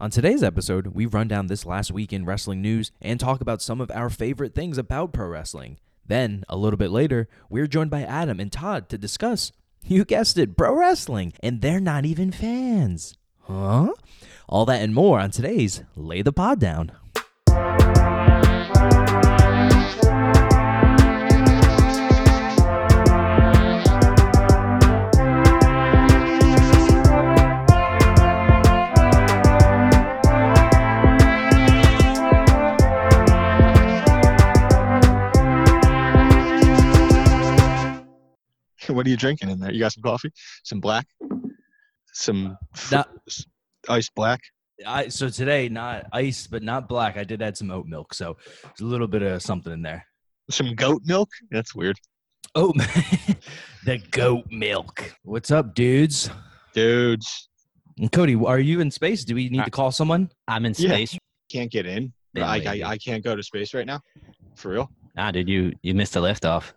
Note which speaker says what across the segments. Speaker 1: On today's episode, we run down this last week in wrestling news and talk about some of our favorite things about pro wrestling. Then, a little bit later, we're joined by Adam and Todd to discuss, you guessed it, pro wrestling, and they're not even fans. Huh? All that and more on today's Lay the Pod Down.
Speaker 2: what are you drinking in there? You got some coffee, some black, some f-
Speaker 1: Now,
Speaker 2: iced black.
Speaker 1: I, so today, not ice, but not black. I did add some oat milk, so there's a little bit of something in there.
Speaker 2: Some goat milk? That's weird.
Speaker 1: Oh, the goat milk. What's up, dudes?
Speaker 2: Dudes,
Speaker 1: And Cody, are you in space? Do we need to call someone?
Speaker 3: I'm in
Speaker 2: Yeah.
Speaker 3: space.
Speaker 2: can't get in.
Speaker 3: Yeah,
Speaker 2: I, I,
Speaker 3: maybe.
Speaker 2: I can't go to space right now. For real.
Speaker 3: Ah, dude, you you missed a liftoff.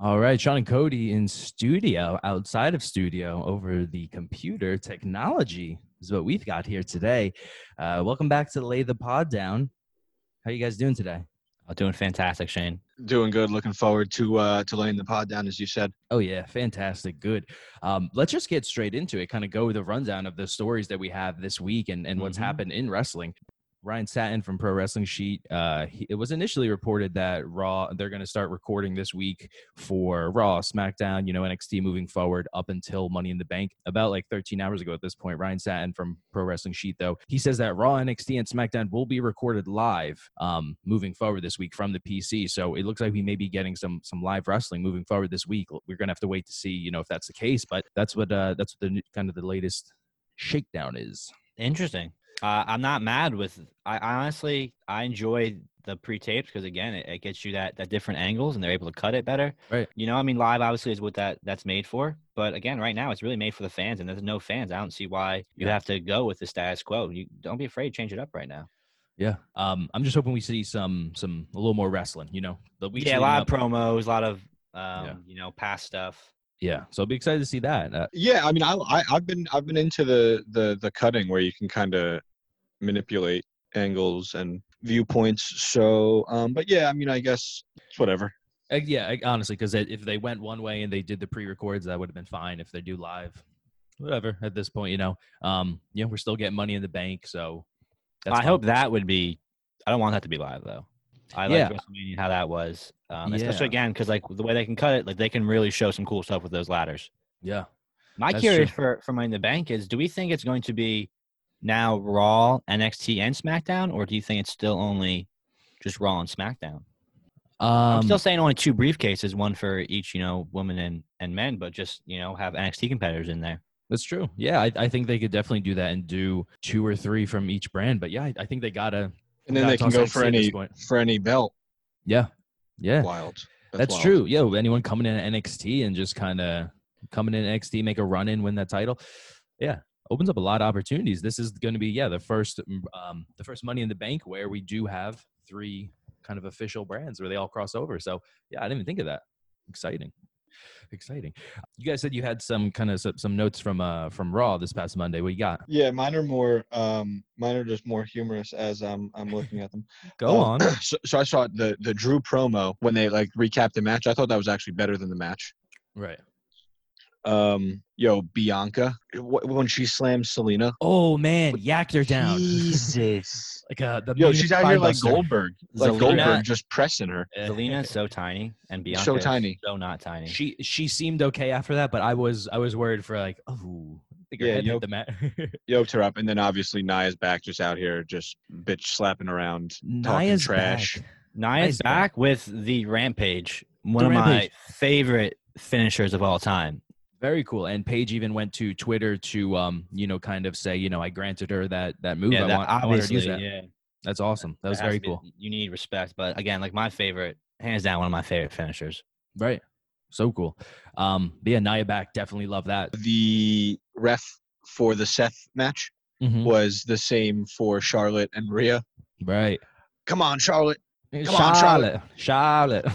Speaker 1: All right, Sean and Cody in studio, outside of studio, over the computer technology is what we've got here today. Uh, welcome back to Lay the Pod Down. How you guys doing today?
Speaker 3: Oh, doing fantastic, Shane.
Speaker 2: Doing good. Looking forward to uh, to laying the pod down, as you said.
Speaker 1: Oh yeah, fantastic, good. Um, let's just get straight into it. Kind of go with a rundown of the stories that we have this week and, and what's
Speaker 3: Mhm.
Speaker 1: happened in wrestling. Ryan Satin from Pro Wrestling Sheet. Uh, he, it was initially reported that Raw they're going to start recording this week for Raw, SmackDown, you know NXT moving forward up until Money in the Bank. About like 13 hours ago at this point, Ryan Satin from Pro Wrestling Sheet though he says that Raw, NXT, and SmackDown will be recorded live um, moving forward this week from the PC. So it looks like we may be getting some some live wrestling moving forward this week. We're going to have to wait to see you know if that's the case, but that's what uh, that's what the new- kind of the latest shakedown is.
Speaker 3: Interesting. Uh, I'm not mad with. I, I honestly, I enjoy the pre-tapes because again, it, it gets you that that different angles, and they're able to cut it better.
Speaker 1: Right.
Speaker 3: You know, I mean, live obviously is what that that's made for. But again, right now, it's really made for the fans, and there's no fans. I don't see why you have to go with the status quo. You don't be afraid to change it up right now.
Speaker 1: Yeah. Um, I'm just hoping we see some some a little more wrestling. You know, the weeks
Speaker 3: yeah, a
Speaker 1: leading
Speaker 3: lot
Speaker 1: up-
Speaker 3: of promos, a lot of um, you know, past stuff.
Speaker 1: Yeah. So I'll be excited to see that. Uh,
Speaker 2: Yeah, I mean, I, I I've been I've been into the the the cutting where you can kind of manipulate angles and viewpoints. So, um, but yeah, I mean, I guess it's whatever.
Speaker 1: uh, yeah. I, honestly, because if they went one way and they did the pre-records, that would have been fine. If they do live, whatever. At this point, you know, um, yeah, we're still getting money in the bank, so. that's
Speaker 3: I
Speaker 1: fine.
Speaker 3: hope that would be. I don't want that to be live though. I
Speaker 1: Yeah.
Speaker 3: like WrestleMania how that was, um, especially
Speaker 1: Yeah.
Speaker 3: again because like the way they can cut it, like they can really show some cool stuff with those ladders.
Speaker 1: Yeah.
Speaker 3: My
Speaker 1: That's
Speaker 3: curious for for Money in the Bank is, do we think it's going to be now Raw, NXT, and SmackDown, or do you think it's still only just Raw and SmackDown?
Speaker 1: Um,
Speaker 3: I'm still saying only two briefcases, one for each, you know, women and and men, but just you know have NXT competitors in there.
Speaker 1: That's true. Yeah, I, I think they could definitely do that and do two or three from each brand. But yeah, I, I think they gotta.
Speaker 2: And then
Speaker 1: gotta
Speaker 2: they can
Speaker 1: toss
Speaker 2: go
Speaker 1: NXT
Speaker 2: for
Speaker 1: at this
Speaker 2: any
Speaker 1: point.
Speaker 2: for any belt.
Speaker 1: Yeah, yeah,
Speaker 2: Wild.
Speaker 1: that's,
Speaker 2: wild.
Speaker 1: true. Yeah, anyone coming in at NXT and just kind of coming in at NXT, make a run in, win that title. Yeah, opens up a lot of opportunities. This is going to be yeah the first um, the first Money in the Bank where we do have three kind of official brands where they all cross over. So yeah, I didn't even think of that. Exciting, exciting. You guys said you had some kind of some notes from uh from Raw this past Monday. What you got?
Speaker 2: Yeah, mine are more um mine are just more humorous as I'm I'm looking at them.
Speaker 1: Go
Speaker 2: Um,
Speaker 1: on.
Speaker 2: So, so I saw the the Drew promo when they like recapped the match. I thought that was actually better than the match.
Speaker 1: Right.
Speaker 2: Um, yo, Bianca wh- when she slams Selena.
Speaker 1: Oh man, yacked her down.
Speaker 2: Jesus.
Speaker 1: Like uh, the
Speaker 2: Yo,
Speaker 1: mean
Speaker 2: she's out here like
Speaker 1: spinebuster.
Speaker 2: Goldberg. Like
Speaker 3: Zelina-
Speaker 2: Goldberg just pressing her.
Speaker 1: Yeah.
Speaker 3: Zelina is so tiny, and Bianca
Speaker 2: So
Speaker 3: is
Speaker 2: tiny.
Speaker 3: so not tiny.
Speaker 1: She she seemed okay after that, but I was I was worried for like oh, I think her
Speaker 2: Yeah,
Speaker 1: head
Speaker 2: yo-
Speaker 1: hit the mat.
Speaker 2: Yoked her up, and then obviously Nia's back just out here just bitch slapping around.
Speaker 1: Nia's
Speaker 2: trash.
Speaker 1: back.
Speaker 3: Nia's
Speaker 1: Nice back.
Speaker 3: back with the Rampage, one of
Speaker 1: Rampage.
Speaker 3: my favorite finishers of all time.
Speaker 1: Very cool. And Paige even went to Twitter to um you know kind of say you know I granted her that that move.
Speaker 3: yeah,
Speaker 1: I
Speaker 3: that-
Speaker 1: want, I want her to
Speaker 3: obviously,
Speaker 1: use that.
Speaker 3: yeah,
Speaker 1: That's awesome. That was
Speaker 3: it has
Speaker 1: very
Speaker 3: to be-
Speaker 1: cool.
Speaker 3: You need respect, but again, like my favorite, hands down, one of my favorite finishers.
Speaker 1: Right. So cool. Um, but yeah, Nia back. Definitely love that.
Speaker 2: The ref for the Seth match
Speaker 1: Mhm.
Speaker 2: was the same for Charlotte and Rhea.
Speaker 1: Right.
Speaker 2: Come on, Charlotte.
Speaker 1: Come
Speaker 2: on,
Speaker 1: Charlotte. Charlotte.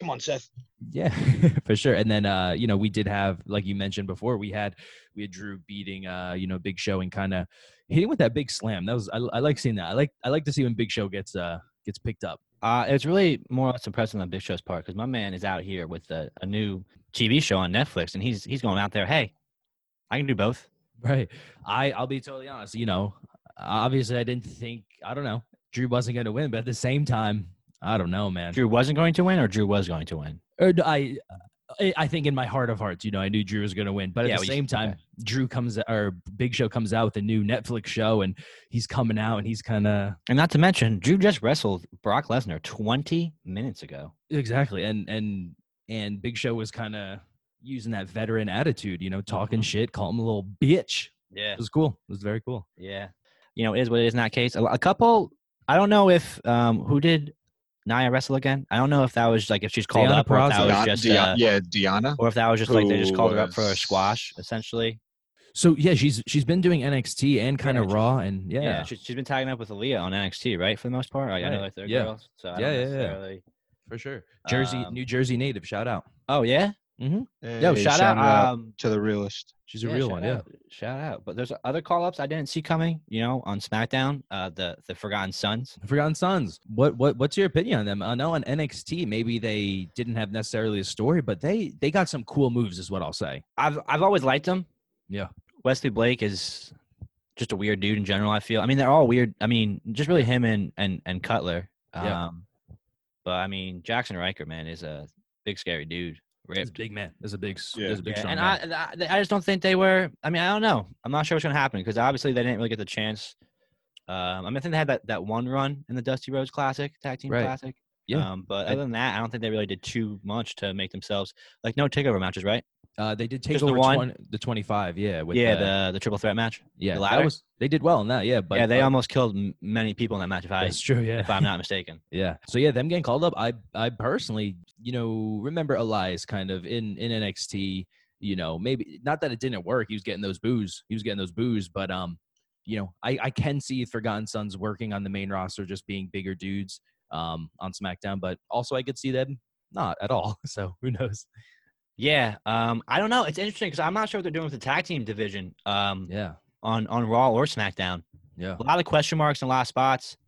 Speaker 2: Come on, Seth.
Speaker 1: Yeah, for sure. And then uh, you know, we did have, like you mentioned before, we had we had Drew beating uh, you know, Big Show and kind of hitting with that big slam. That was I, I like seeing that. I like I like to see when Big Show gets uh gets picked up.
Speaker 3: Uh, it's really more or less impressive on Big Show's part because my man is out here with a, a new TV show on Netflix, and he's he's going out there. Hey, I can do both.
Speaker 1: Right. I I'll be totally honest, you know, obviously I didn't think I don't know, Drew wasn't going to win, but at the same time, I don't know, man.
Speaker 3: Drew wasn't going to win, or Drew was going to win.
Speaker 1: Or do I I I think in my heart of hearts, you know, I knew Drew was going to win, but at
Speaker 3: Yeah,
Speaker 1: the
Speaker 3: well, you-
Speaker 1: same time, Drew comes or Big Show comes out with a new Netflix show, and he's coming out, and he's kind of
Speaker 3: And not to mention, Drew just wrestled Brock Lesnar 20 minutes ago.
Speaker 1: exactly, and and and Big Show was kind of using that veteran attitude, you know, talking
Speaker 3: Mhm.
Speaker 1: shit, call him a little bitch.
Speaker 3: Yeah.
Speaker 1: It was cool. It was very cool.
Speaker 3: Yeah. You know, it is what it is in that case. A, a couple, I don't know if, um, who did Naya wrestle again? I don't know if that was like, if she's called
Speaker 1: Deanna
Speaker 3: up or if
Speaker 1: Peraza.
Speaker 3: that was
Speaker 2: Diana,
Speaker 3: just,
Speaker 2: Dia-
Speaker 3: uh,
Speaker 2: yeah, Diana.
Speaker 3: or if that was just like they just
Speaker 2: who
Speaker 3: called her up for a
Speaker 2: was-
Speaker 3: squash, essentially.
Speaker 1: So yeah, she's she's been doing NXT and kind
Speaker 3: Yeah,
Speaker 1: of
Speaker 3: she's-
Speaker 1: Raw, and yeah,
Speaker 3: Yeah. she, she's been tagging up with Aaliyah on NXT, right? For the most part. Like, I know
Speaker 1: Right.
Speaker 3: like they're
Speaker 1: Yeah.
Speaker 3: girls. So
Speaker 1: Yeah,
Speaker 3: I don't
Speaker 1: yeah, yeah.
Speaker 3: necessarily.
Speaker 1: for sure. Jersey,
Speaker 3: Um,
Speaker 1: New Jersey native. Shout out.
Speaker 3: Oh, yeah. Yo,
Speaker 2: Hey,
Speaker 3: shout, out. Um,
Speaker 2: to the realist.
Speaker 1: She's a real
Speaker 3: shout
Speaker 1: one. Yeah.
Speaker 3: out- Shout out. But there's other call ups I didn't see coming, you know, on SmackDown, uh, the, the Forgotten Sons.
Speaker 1: Forgotten Sons. What what what's your opinion on them? I know on NXT maybe they didn't have necessarily a story, but they they got some cool moves, is what I'll say.
Speaker 3: I've I've always liked him.
Speaker 1: Yeah.
Speaker 3: Wesley Blake is just a weird dude in general. I feel. I mean, they're all weird. I mean, just really him and and and Cutler. Um,
Speaker 1: Yeah.
Speaker 3: But I mean, Jackson Riker, man, is a big scary dude.
Speaker 1: He's a
Speaker 3: Ripped.
Speaker 1: big man. There's a big s-
Speaker 2: Yeah.
Speaker 1: there's a big
Speaker 3: Yeah,
Speaker 1: strong
Speaker 3: and I,
Speaker 1: man.
Speaker 3: and I I just don't think they were. I mean, I don't know. I'm not sure what's gonna happen because obviously they didn't really get the chance. Um, I mean, I think they had that, that one run in the Dusty Rhodes Classic, Tag Team
Speaker 1: Right.
Speaker 3: Classic.
Speaker 1: Yeah.
Speaker 3: Um, but
Speaker 1: I-
Speaker 3: other than that, I don't think they really did too much to make themselves like no takeover matches, right?
Speaker 1: uh, they did take
Speaker 3: Just the
Speaker 1: over the,
Speaker 3: one?
Speaker 1: 20, the 25, yeah. With
Speaker 3: yeah,
Speaker 1: the,
Speaker 3: the the triple threat match.
Speaker 1: yeah,
Speaker 3: the
Speaker 1: that
Speaker 3: ladder?
Speaker 1: was they did well in that, yeah. But
Speaker 3: yeah, they
Speaker 1: uh,
Speaker 3: almost killed m- many people in that match. If I,
Speaker 1: that's true, yeah.
Speaker 3: if I'm not mistaken,
Speaker 1: Yeah. So yeah, them getting called up. I I personally, you know, remember Elias kind of in in NXT. You know, maybe not that it didn't work. He was getting those boos. He was getting those boos. But um, you know, I I can see Forgotten Sons working on the main roster, just being bigger dudes um on SmackDown. But also, I could see them not at all. So who knows?
Speaker 3: yeah. Um, I don't know. It's interesting because I'm not sure what they're doing with the tag team division. Um,
Speaker 1: Yeah.
Speaker 3: on on Raw or SmackDown,
Speaker 1: Yeah.
Speaker 3: a lot of question marks in a lot of spots.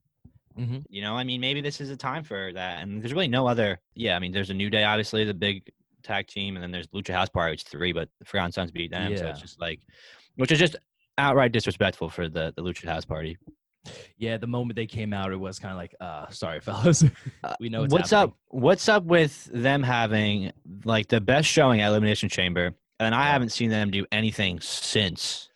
Speaker 1: Mm-hmm.
Speaker 3: You know, I mean, maybe this is a time for that. And there's really no other. Yeah, I mean, there's a New Day, obviously the big tag team, and then there's Lucha House Party, which is three, but the Forgotten Sons beat them, so
Speaker 1: Yeah.
Speaker 3: it's just like, which is just outright disrespectful for the the Lucha House Party.
Speaker 1: Yeah. The moment they came out, it was kind of like, uh, sorry, fellas.
Speaker 3: Uh,
Speaker 1: we know it's
Speaker 3: what's
Speaker 1: happening.
Speaker 3: up what's up with them having like the best showing at elimination chamber and i
Speaker 1: Yeah.
Speaker 3: haven't seen them do anything since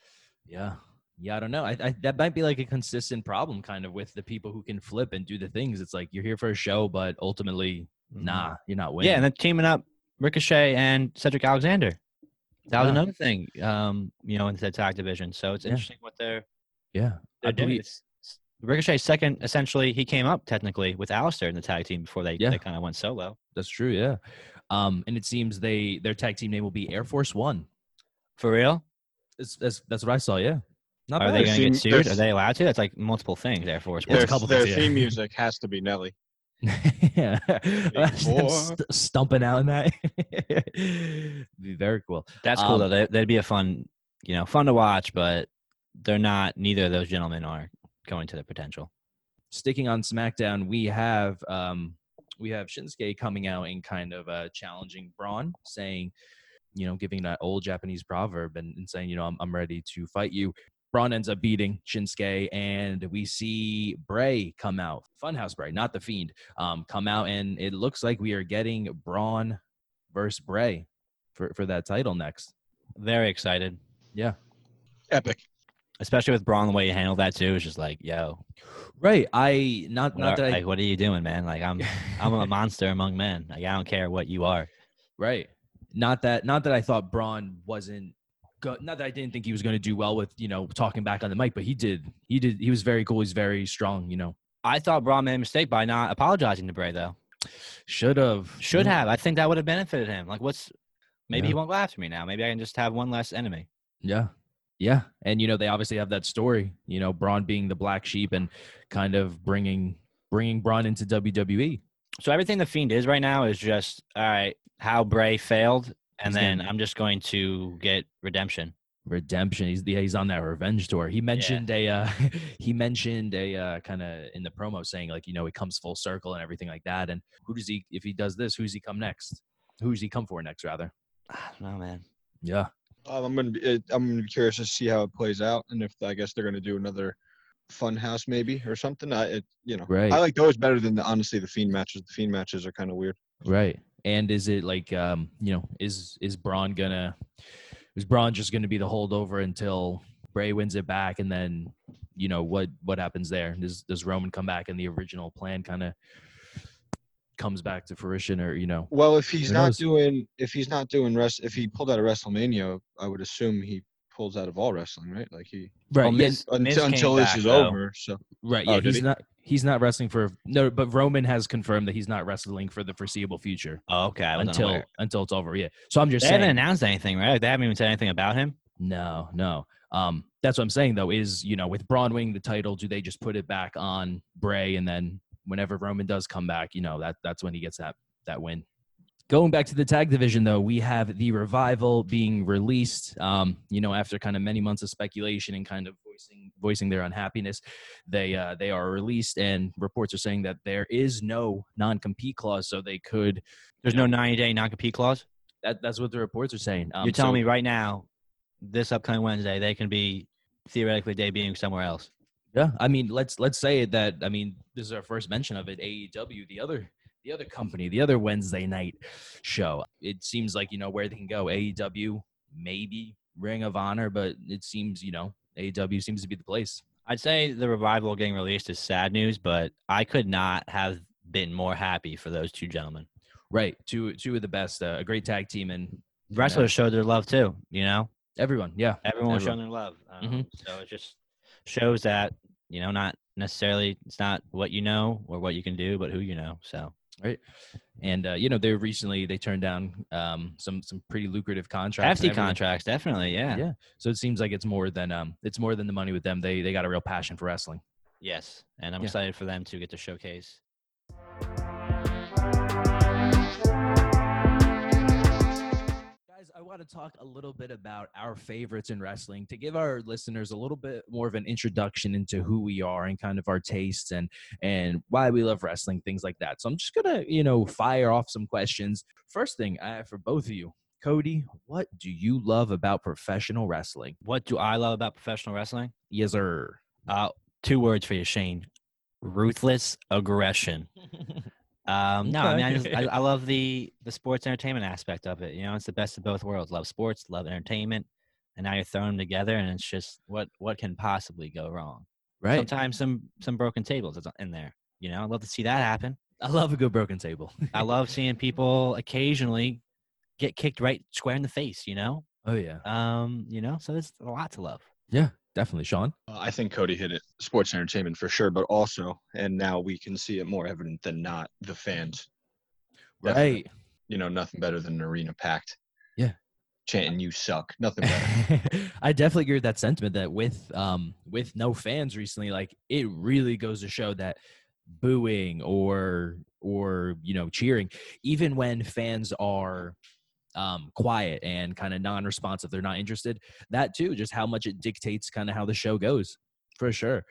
Speaker 1: Yeah. Yeah, I don't know. I, I, that might be like a consistent problem, kind of, with the people who can flip and do the things. It's like you're here for a show, but ultimately, nah, you're not winning.
Speaker 3: Mm-hmm. yeah and then teaming up ricochet and cedric alexander that was
Speaker 1: Yeah.
Speaker 3: another thing um you know in the tag division so it's
Speaker 1: Yeah.
Speaker 3: interesting what they're,
Speaker 1: yeah. I
Speaker 3: they're doing
Speaker 1: believe-
Speaker 3: It's- it's- ricochet's second essentially he came up technically with Alistair in the tag team before they,
Speaker 1: Yeah.
Speaker 3: they kind of went solo
Speaker 1: that's true. Yeah, um, and it seems they their tag team name will be Air Force One.
Speaker 3: for real
Speaker 1: That's that's, that's what I saw. Yeah, not
Speaker 3: are
Speaker 1: bad.
Speaker 3: they
Speaker 2: Their
Speaker 3: going to
Speaker 2: theme-
Speaker 3: get
Speaker 2: their
Speaker 3: sued are
Speaker 2: s-
Speaker 3: they allowed to that's like multiple things air force
Speaker 1: There's
Speaker 2: Their,
Speaker 1: a couple
Speaker 2: their
Speaker 1: things, yeah.
Speaker 2: theme music has to be Nelly.
Speaker 1: yeah, Imagine them
Speaker 2: four.
Speaker 1: st- stumping out in that. be very cool.
Speaker 3: That's cool
Speaker 1: Um,
Speaker 3: though. That, that'd be a fun, you know, fun to watch. But they're not. Neither of those gentlemen are going to their potential.
Speaker 1: sticking on SmackDown, we have um, we have Shinsuke coming out and kind of uh, challenging Braun, saying, you know, giving that old Japanese proverb and, and saying, you know, I'm, I'm ready to fight you. Braun ends up beating Shinsuke, and we see Bray come out, Funhouse Bray, not the Fiend, um, come out, and it looks like we are getting Braun versus Bray for, for that title next.
Speaker 3: Very excited,
Speaker 2: Epic.
Speaker 3: especially with Braun. The way he handled that too is just like, yo,
Speaker 1: Right, I not
Speaker 3: what are,
Speaker 1: not that I
Speaker 3: like, what are you doing, man? Like, I'm, I'm a monster among men. Like, I don't care what you are.
Speaker 1: Right. Not that not that I thought Braun wasn't go- not that I didn't think he was going to do well with, you know, talking back on the mic, but he did. He did he was very cool, he's very strong, you know.
Speaker 3: I thought Braun made a mistake by not apologizing to Bray though.
Speaker 1: Should have.
Speaker 3: Should have. I think that would have benefited him. Like, what's? Maybe he
Speaker 1: Mm-hmm. Yeah.
Speaker 3: won't go after me now. Maybe I can just have one less enemy.
Speaker 1: Yeah. Yeah. And you know, they obviously have that story, you know, Braun being the black sheep and kind of bringing bringing Braun into WWE.
Speaker 3: So everything the Fiend is right now is just all right. How Bray failed,
Speaker 1: He's
Speaker 3: and then
Speaker 1: gonna-
Speaker 3: I'm just going to get redemption.
Speaker 1: redemption he's yeah, he's on that revenge tour he mentioned a uh, he mentioned a uh, kind of in the promo saying like you know it comes full circle and everything like that and who does he if he does this who's he come next who's he come for next rather
Speaker 3: I don't know, man.
Speaker 1: yeah
Speaker 2: Um, I'm gonna be it, I'm gonna be curious to see how it plays out, and if I guess they're gonna do another fun house maybe or something. I it, you know
Speaker 1: Right.
Speaker 2: I like those better than the, honestly the fiend matches. The fiend matches are kind of weird.
Speaker 1: right and is it like um you know is is braun gonna is braun just gonna be the holdover until bray wins it back and then you know what what happens there does does roman come back and the original plan kind of comes back to fruition or you know
Speaker 2: Well, if he's
Speaker 1: Who
Speaker 2: not
Speaker 1: knows?
Speaker 2: doing if he's not doing rest if he pulled out of WrestleMania, I would assume he pulls out of all wrestling, right? Like he
Speaker 1: right
Speaker 3: Well,
Speaker 1: yeah,
Speaker 3: Miz- Miz
Speaker 2: until,
Speaker 3: came
Speaker 2: until this
Speaker 3: back,
Speaker 2: is
Speaker 3: though.
Speaker 2: over. So
Speaker 1: Right.
Speaker 2: Oh,
Speaker 1: Yeah.
Speaker 2: did
Speaker 1: he's
Speaker 2: he?
Speaker 1: not. He's not wrestling for no. But Roman has confirmed that he's not wrestling for the foreseeable future
Speaker 3: Oh, okay. I wasn't aware.
Speaker 1: until until it's over. Yeah. So I'm just
Speaker 3: they haven't
Speaker 1: saying.
Speaker 3: announced anything, right? Like they haven't even said anything about him.
Speaker 1: No. No. Um. That's what I'm saying though. Is you know with Braun winning the title, do they just put it back on Bray and then whenever Roman does come back, you know that that's when he gets that that win. Going back to the tag division, though, we have the revival being released. Um, you know, after kind of many months of speculation and kind of voicing voicing their unhappiness, they uh, they are released, and reports are saying that there is no non compete clause, so they could.
Speaker 3: There's no 90 day non compete clause.
Speaker 1: That, that's what the reports are saying. Um,
Speaker 3: You're telling
Speaker 1: so
Speaker 3: me right now, this upcoming Wednesday, they can be theoretically debuting somewhere else.
Speaker 1: Yeah, I mean, let's let's say that. I mean, this is our first mention of it. AEW, the other the other company, the other Wednesday night show. It seems like you know where they can go. AEW, maybe Ring of Honor, but it seems you know AEW seems to be the place.
Speaker 3: I'd say the revival getting released is sad news, but I could not have been more happy for those two gentlemen.
Speaker 1: Right, two two of the best, uh, a great tag team, and
Speaker 3: Wrestlers showed their love too, you know?
Speaker 1: everyone. Yeah,
Speaker 3: Everyone was
Speaker 1: Everyone.
Speaker 3: showing their love. Um, So it just shows that, you know, not necessarily, it's not what you know or what you can do, but who you know. So
Speaker 1: and uh, you know they recently they turned down um, some some pretty lucrative contracts. and
Speaker 3: hefty
Speaker 1: everything.
Speaker 3: contracts, definitely. Yeah.
Speaker 1: Yeah. So it seems like it's more than um it's more than the money with them. They they got a real passion for wrestling.
Speaker 3: Yes. And I'm
Speaker 1: Yeah.
Speaker 3: excited for them to get to showcase
Speaker 1: Guys, I want to talk a little bit about our favorites in wrestling to give our listeners a little bit more of an introduction into who we are and kind of our tastes and and why we love wrestling, things like that. So I'm just gonna you know fire off some questions. First thing I have for both of you, Cody, what do you love about professional wrestling?
Speaker 3: What do I love about professional wrestling?
Speaker 1: Yes, sir.
Speaker 3: Uh, two words for you, Shane: ruthless aggression. Um, no, I mean, I, just, I, I love the the sports entertainment aspect of it. You know, it's the best of both worlds. Love sports, love entertainment, and now you're throwing them together, and it's just what what can possibly go wrong?
Speaker 1: right.
Speaker 3: Sometimes some some broken tables is in there. You know, I love to see that happen.
Speaker 1: I love a good broken table.
Speaker 3: I love seeing people occasionally get kicked right square in the face. You know,
Speaker 1: Oh yeah,
Speaker 3: um, you know, so there's a lot to love.
Speaker 1: definitely, Sean.
Speaker 2: Uh, I think Cody hit it. Sports entertainment for sure, but also, and now we can see it more evident than not, the fans. Definitely.
Speaker 1: Right.
Speaker 2: You know, nothing better than an arena packed.
Speaker 1: Yeah.
Speaker 2: Chanting, you suck. Nothing better.
Speaker 1: I definitely agree with that sentiment that with um with no fans recently, like it really goes to show that booing or or you know cheering, even when fans are um quiet and kind of non-responsive, they're not interested. That too, just how much it dictates kind of how the show goes, for sure.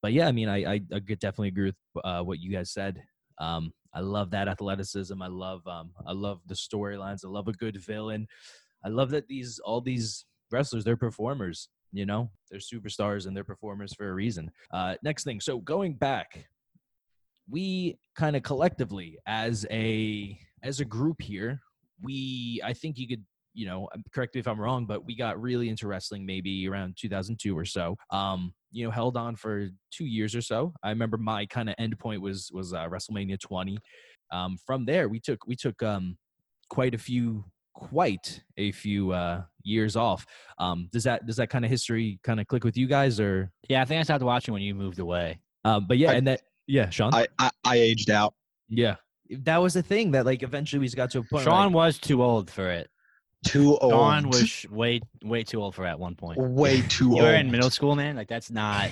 Speaker 1: But yeah, I mean, I I, I could definitely agree with uh, what you guys said. Um, I love that athleticism. I love um I love the storylines. I love a good villain. I love that these all these wrestlers they're performers. You know, they're superstars and they're performers for a reason. Uh, next thing, so going back, we kind of collectively as a as a group here, we I think you could you know um, correct me if I'm wrong, but we got really into wrestling maybe around 2002 or so. Um, you know, held on for two years or so. I remember my kind of end point was was uh, WrestleMania 20. Um, from there, we took we took um quite a few quite a few uh years off um does that does that kind of history kind of click with you guys or
Speaker 3: Yeah, I think I stopped watching when you moved away.
Speaker 1: um but yeah
Speaker 2: I-
Speaker 1: and that yeah sean
Speaker 2: I, I, I aged out.
Speaker 1: yeah that was the thing that like eventually we just got to a point where,
Speaker 3: Sean
Speaker 1: like, Oh.
Speaker 3: was too old for it.
Speaker 2: Too old.
Speaker 3: Sean was sh- way way too old for it at one point.
Speaker 2: oh way too
Speaker 3: You
Speaker 1: oh.
Speaker 2: old.
Speaker 3: were in middle school, man. Like that's not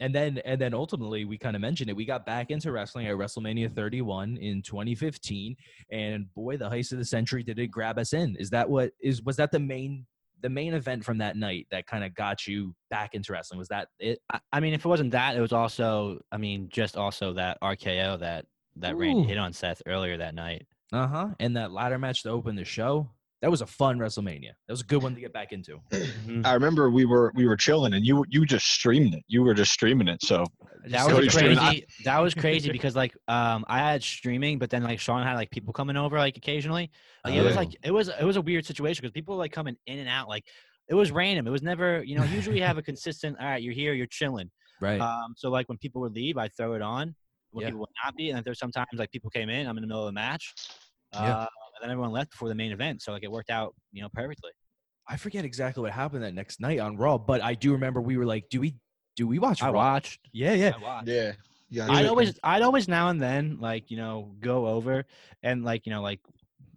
Speaker 1: and then and then ultimately we kind of mentioned it. We got back into wrestling at WrestleMania 31 in 2015, and boy, the heist of the century did it grab us in. Is that what is was that the main the main event from that night that kind of got you back into wrestling? Was that it?
Speaker 3: I, I mean, if it wasn't that, it was also, I mean, just also that RKO that that Randy
Speaker 1: Ooh.
Speaker 3: hit on Seth earlier that night.
Speaker 1: Uh huh. And that ladder match to open the show. That was a fun WrestleMania. That was a good one to get back into. Mm-hmm.
Speaker 2: I remember we were we were chilling, and you you just streamed it. You were just streaming it. So
Speaker 3: That
Speaker 2: Cody
Speaker 3: was
Speaker 2: streaming.
Speaker 3: crazy. That was crazy because like um I had streaming, but then like Sean had like people coming over like occasionally. Like, It was
Speaker 1: Oh.
Speaker 3: like it was it was a weird situation because people were, like coming in and out like. It was random. It was never, you know. Usually, you have a consistent. All right, you're here. You're chilling.
Speaker 1: right.
Speaker 3: Um, so like when people would leave, I'd throw it on. When
Speaker 1: Yeah.
Speaker 3: people would not be, and there's sometimes like people came in, I'm in the middle of the match.
Speaker 1: Yeah.
Speaker 3: Uh, and then everyone left before the main event. So like it worked out, you know, perfectly.
Speaker 1: I forget exactly what happened that next night on Raw, but I do remember we were like, "Do we do we watch
Speaker 3: I
Speaker 1: Raw?"
Speaker 3: watched.
Speaker 1: Yeah, yeah.
Speaker 3: I watched.
Speaker 2: yeah, yeah.
Speaker 3: I'd always, I'd always now and then, like you know, go over and like you know, like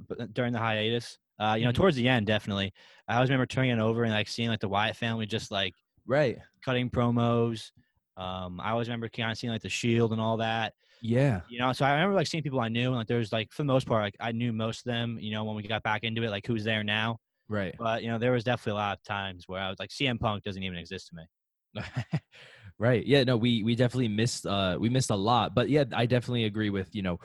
Speaker 3: b- during the hiatus, uh, you know,
Speaker 1: Mhm.
Speaker 3: towards the end, definitely. I always remember turning it over and like seeing like the Wyatt family just like
Speaker 1: Right.
Speaker 3: cutting promos. Um, I always remember kind of seeing like the Shield and all that.
Speaker 1: Yeah.
Speaker 3: You know, so I remember like seeing people I knew, and like there was like for the most part, like I knew most of them. You know, when we got back into it, like who's there now.
Speaker 1: Right.
Speaker 3: But you know, there was definitely a lot of times where I was like, CM Punk doesn't even exist to me.
Speaker 1: right. Yeah, no, we we definitely missed uh we missed a lot, but yeah, I definitely agree with, you know,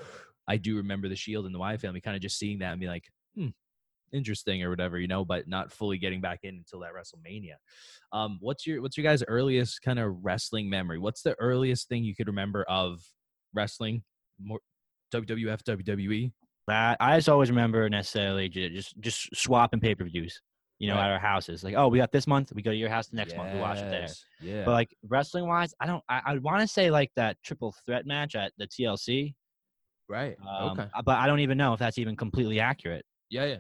Speaker 1: I do remember the Shield and the Wyatt family kind of just seeing that and be like, "Hmm, interesting or whatever, you know, but not fully getting back in until that WrestleMania. Um what's your what's your guys earliest kind of wrestling memory? What's the earliest thing you could remember of wrestling? More WWF, WWE?
Speaker 3: That I just always remember necessarily ju- just just swapping pay per views. You know,
Speaker 1: Right.
Speaker 3: at our houses, like oh, we got this month, we go to your house the next month, we watch it there.
Speaker 1: Yes, Yeah.
Speaker 3: But like wrestling wise, I don't. I, I want to say like that triple threat match at the TLC,
Speaker 1: right.
Speaker 3: um,
Speaker 1: okay.
Speaker 3: uh, but I don't even know if that's even completely accurate.
Speaker 1: Yeah, yeah.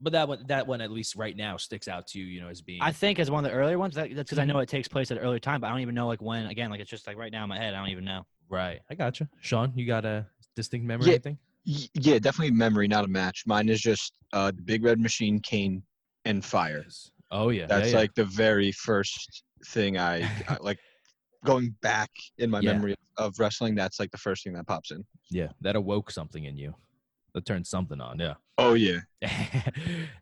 Speaker 1: But that one, that one at least right now sticks out to you, you know, as being.
Speaker 3: I think as one of the earlier ones, that, that's because I
Speaker 1: Mm-hmm.
Speaker 3: know it takes place at an earlier time, but I don't even know like when. Again, like it's just like right now in my head, I don't even know.
Speaker 1: Right. I gotcha. Sean, you got a distinct memory
Speaker 2: Yeah.
Speaker 1: or anything?
Speaker 2: Y- yeah, definitely memory, not a match. Mine is just uh, the Big Red Machine, Kane, and Fire.
Speaker 1: Yes. Oh yeah.
Speaker 2: That's
Speaker 1: yeah, yeah.
Speaker 2: like the very first thing I, I like. Going back in my
Speaker 1: Yeah.
Speaker 2: memory of wrestling, that's like the first thing that pops in.
Speaker 1: Yeah. That awoke something in you. That turned something on. Yeah.
Speaker 2: Oh yeah,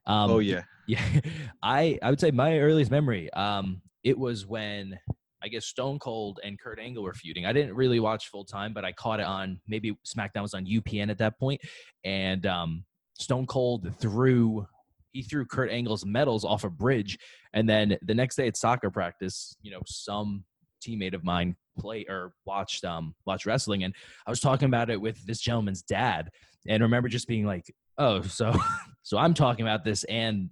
Speaker 1: um,
Speaker 2: oh yeah.
Speaker 1: Yeah, I I would say my earliest memory. Um, it was when I guess Stone Cold and Kurt Angle were feuding. I didn't really watch full time, but I caught it on maybe SmackDown was on UPN at that point, and um, Stone Cold threw he threw Kurt Angle's medals off a bridge, and then the next day at soccer practice, you know, some teammate of mine play or watched um watched wrestling and I was talking about it with this gentleman's dad and remember just being like oh so so I'm talking about this and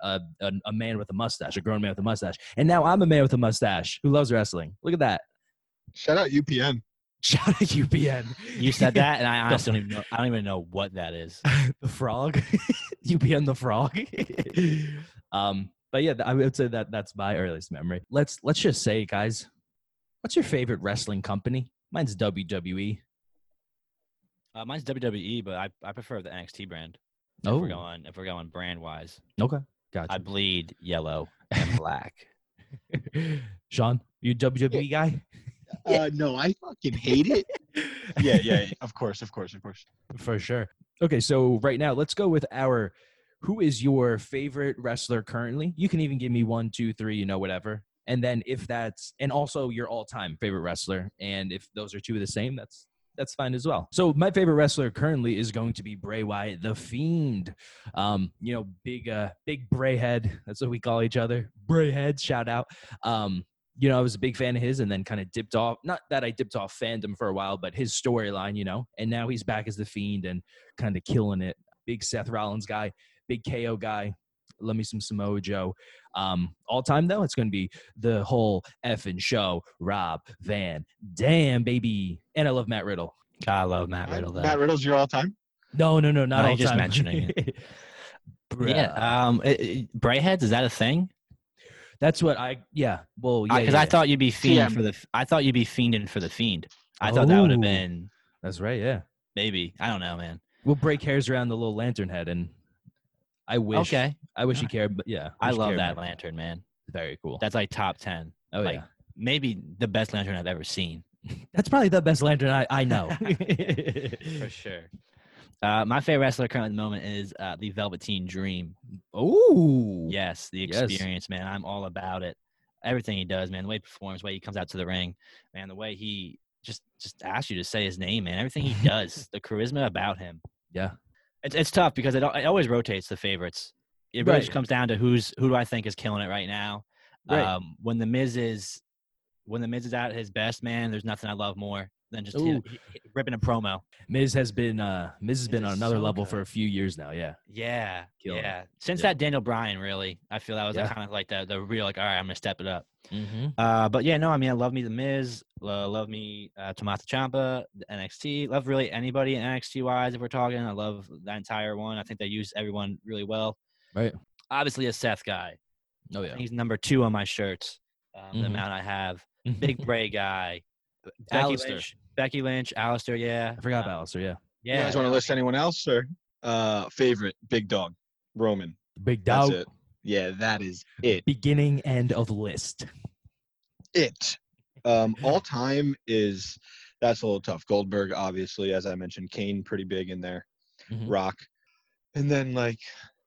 Speaker 1: a, a, a man with a mustache, a grown man with a mustache. And now I'm a man with a mustache who loves wrestling. Look at that.
Speaker 2: Shout out UPN.
Speaker 1: Shout out UPN.
Speaker 3: You said that, and I
Speaker 1: The
Speaker 3: honestly don't even know. I don't even know what that is.
Speaker 1: the frog. UPN the frog. um, but yeah, I would say that that's my earliest memory. Let's let's just say, guys, what's your favorite wrestling company? Mine's E. WWE.
Speaker 3: Uh, mine's WWE, but I, I prefer the NXT brand. If
Speaker 1: Oh.
Speaker 3: we're going if we're going brand wise,
Speaker 1: Okay.
Speaker 3: I
Speaker 1: Gotcha.
Speaker 3: bleed yellow and black.
Speaker 1: Sean, you WWE E guy?
Speaker 2: Uh, no, I fucking hate it. yeah, yeah, of course, of course, of course.
Speaker 1: For sure. Okay, so right now let's go with our who is your favorite wrestler currently? You can even give me one, two, three, you know, whatever. And then if that's and also your all time favorite wrestler. And if those are two of the same, that's that's fine as well. So my favorite wrestler currently is going to be Bray Wyatt, the Fiend. Um, you know, big uh big Bray head. That's what we call each other. Bray head, shout out. Um, you know, I was a big fan of his and then kind of dipped off. Not that I dipped off fandom for a while, but his storyline, you know, and now he's back as the fiend and kind of killing it. Big Seth Rollins guy, big KO guy. Love me some Samoa Joe. Um, all time though, it's going to be the whole effing show. Rob Van Dam, baby, and I love Matt Riddle.
Speaker 3: God, I love Matt Riddle though.
Speaker 2: Matt Riddle's your all-time.
Speaker 1: No, no, no, not
Speaker 3: No,
Speaker 1: all
Speaker 3: Oh, you're just
Speaker 1: time.
Speaker 3: mentioning
Speaker 1: it.
Speaker 3: yeah. Um, it, it, Brayheads is that a thing?
Speaker 1: that's what I. Yeah, well, yeah,
Speaker 3: Because
Speaker 1: yeah,
Speaker 3: I
Speaker 1: yeah.
Speaker 3: thought you'd be fiending
Speaker 2: TM.
Speaker 3: for the. f- I thought you'd be fiending for the fiend. I thought that would
Speaker 1: Oh.
Speaker 3: have been
Speaker 1: that's right. Yeah,
Speaker 3: maybe. I don't know, man.
Speaker 1: we'll break hairs around the little lantern head, and I wish.
Speaker 3: okay,
Speaker 1: I wish he
Speaker 3: Alright.
Speaker 1: cared, but yeah,
Speaker 3: I
Speaker 1: wish he
Speaker 3: love
Speaker 1: cared
Speaker 3: that
Speaker 1: more.
Speaker 3: lantern, man.
Speaker 1: Very cool.
Speaker 3: That's like top ten.
Speaker 1: oh
Speaker 3: like,
Speaker 1: yeah,
Speaker 3: maybe the best lantern I've ever seen.
Speaker 1: That's probably the best lantern I, I know.
Speaker 3: For sure. Uh, my favorite wrestler currently at the moment is uh, the Velveteen Dream.
Speaker 1: oh,
Speaker 3: Yes, the
Speaker 1: Yes.
Speaker 3: experience, man. I'm all about it. Everything he does, man. The way he performs, the way he comes out to the ring, man. The way he just just asks you to say his name, man. Everything he does, the charisma about him.
Speaker 1: Yeah.
Speaker 3: It's it's tough because it, al- it always rotates the favorites. It really just
Speaker 1: Right.
Speaker 3: comes down to who's who do I think is killing it right now.
Speaker 1: Right.
Speaker 3: Um, when the Miz is when the Miz is at his best, man. There's nothing I love more than just
Speaker 1: Ooh.
Speaker 3: him- he- he- ripping a promo.
Speaker 1: Miz has been uh Miz has
Speaker 3: Miz
Speaker 1: been on
Speaker 3: is
Speaker 1: another
Speaker 3: so
Speaker 1: level for
Speaker 3: good.
Speaker 1: a few years now. Yeah.
Speaker 3: Yeah,
Speaker 1: Killing it.
Speaker 3: yeah. Since
Speaker 1: Yeah.
Speaker 3: that Daniel Bryan, really, I feel that was
Speaker 1: Yeah.
Speaker 3: kind of like the the real like. All right, I'm gonna step it up.
Speaker 1: Mm-hmm.
Speaker 3: Uh, but yeah, no, I mean, I love me the Miz, lo- love me uh, Tommaso Ciampa, the NXT, love really anybody NXT wise. If we're talking, I love that entire one. I think they use everyone really well.
Speaker 1: Right.
Speaker 3: Obviously, a Seth guy.
Speaker 1: Oh
Speaker 3: I
Speaker 1: yeah.
Speaker 3: think He's number two on my shirts. Um,
Speaker 1: Mhm.
Speaker 3: The amount I have, Big Bray guy, Becky
Speaker 1: Alistair.
Speaker 3: Lynch, Becky Lynch, Alistair. Yeah,
Speaker 1: I forgot
Speaker 3: uh,
Speaker 1: about Alistair. Yeah.
Speaker 2: you
Speaker 3: Yeah,
Speaker 2: guys want to list anyone else or uh, favorite big dog Roman?
Speaker 1: Big
Speaker 2: That's
Speaker 1: doubt.
Speaker 2: it. Yeah, that is it.
Speaker 1: Beginning end of list.
Speaker 2: It um, all time is that's a little tough. Goldberg, obviously, as I mentioned, Kane pretty big in there.
Speaker 1: Mhm.
Speaker 2: Rock, and then like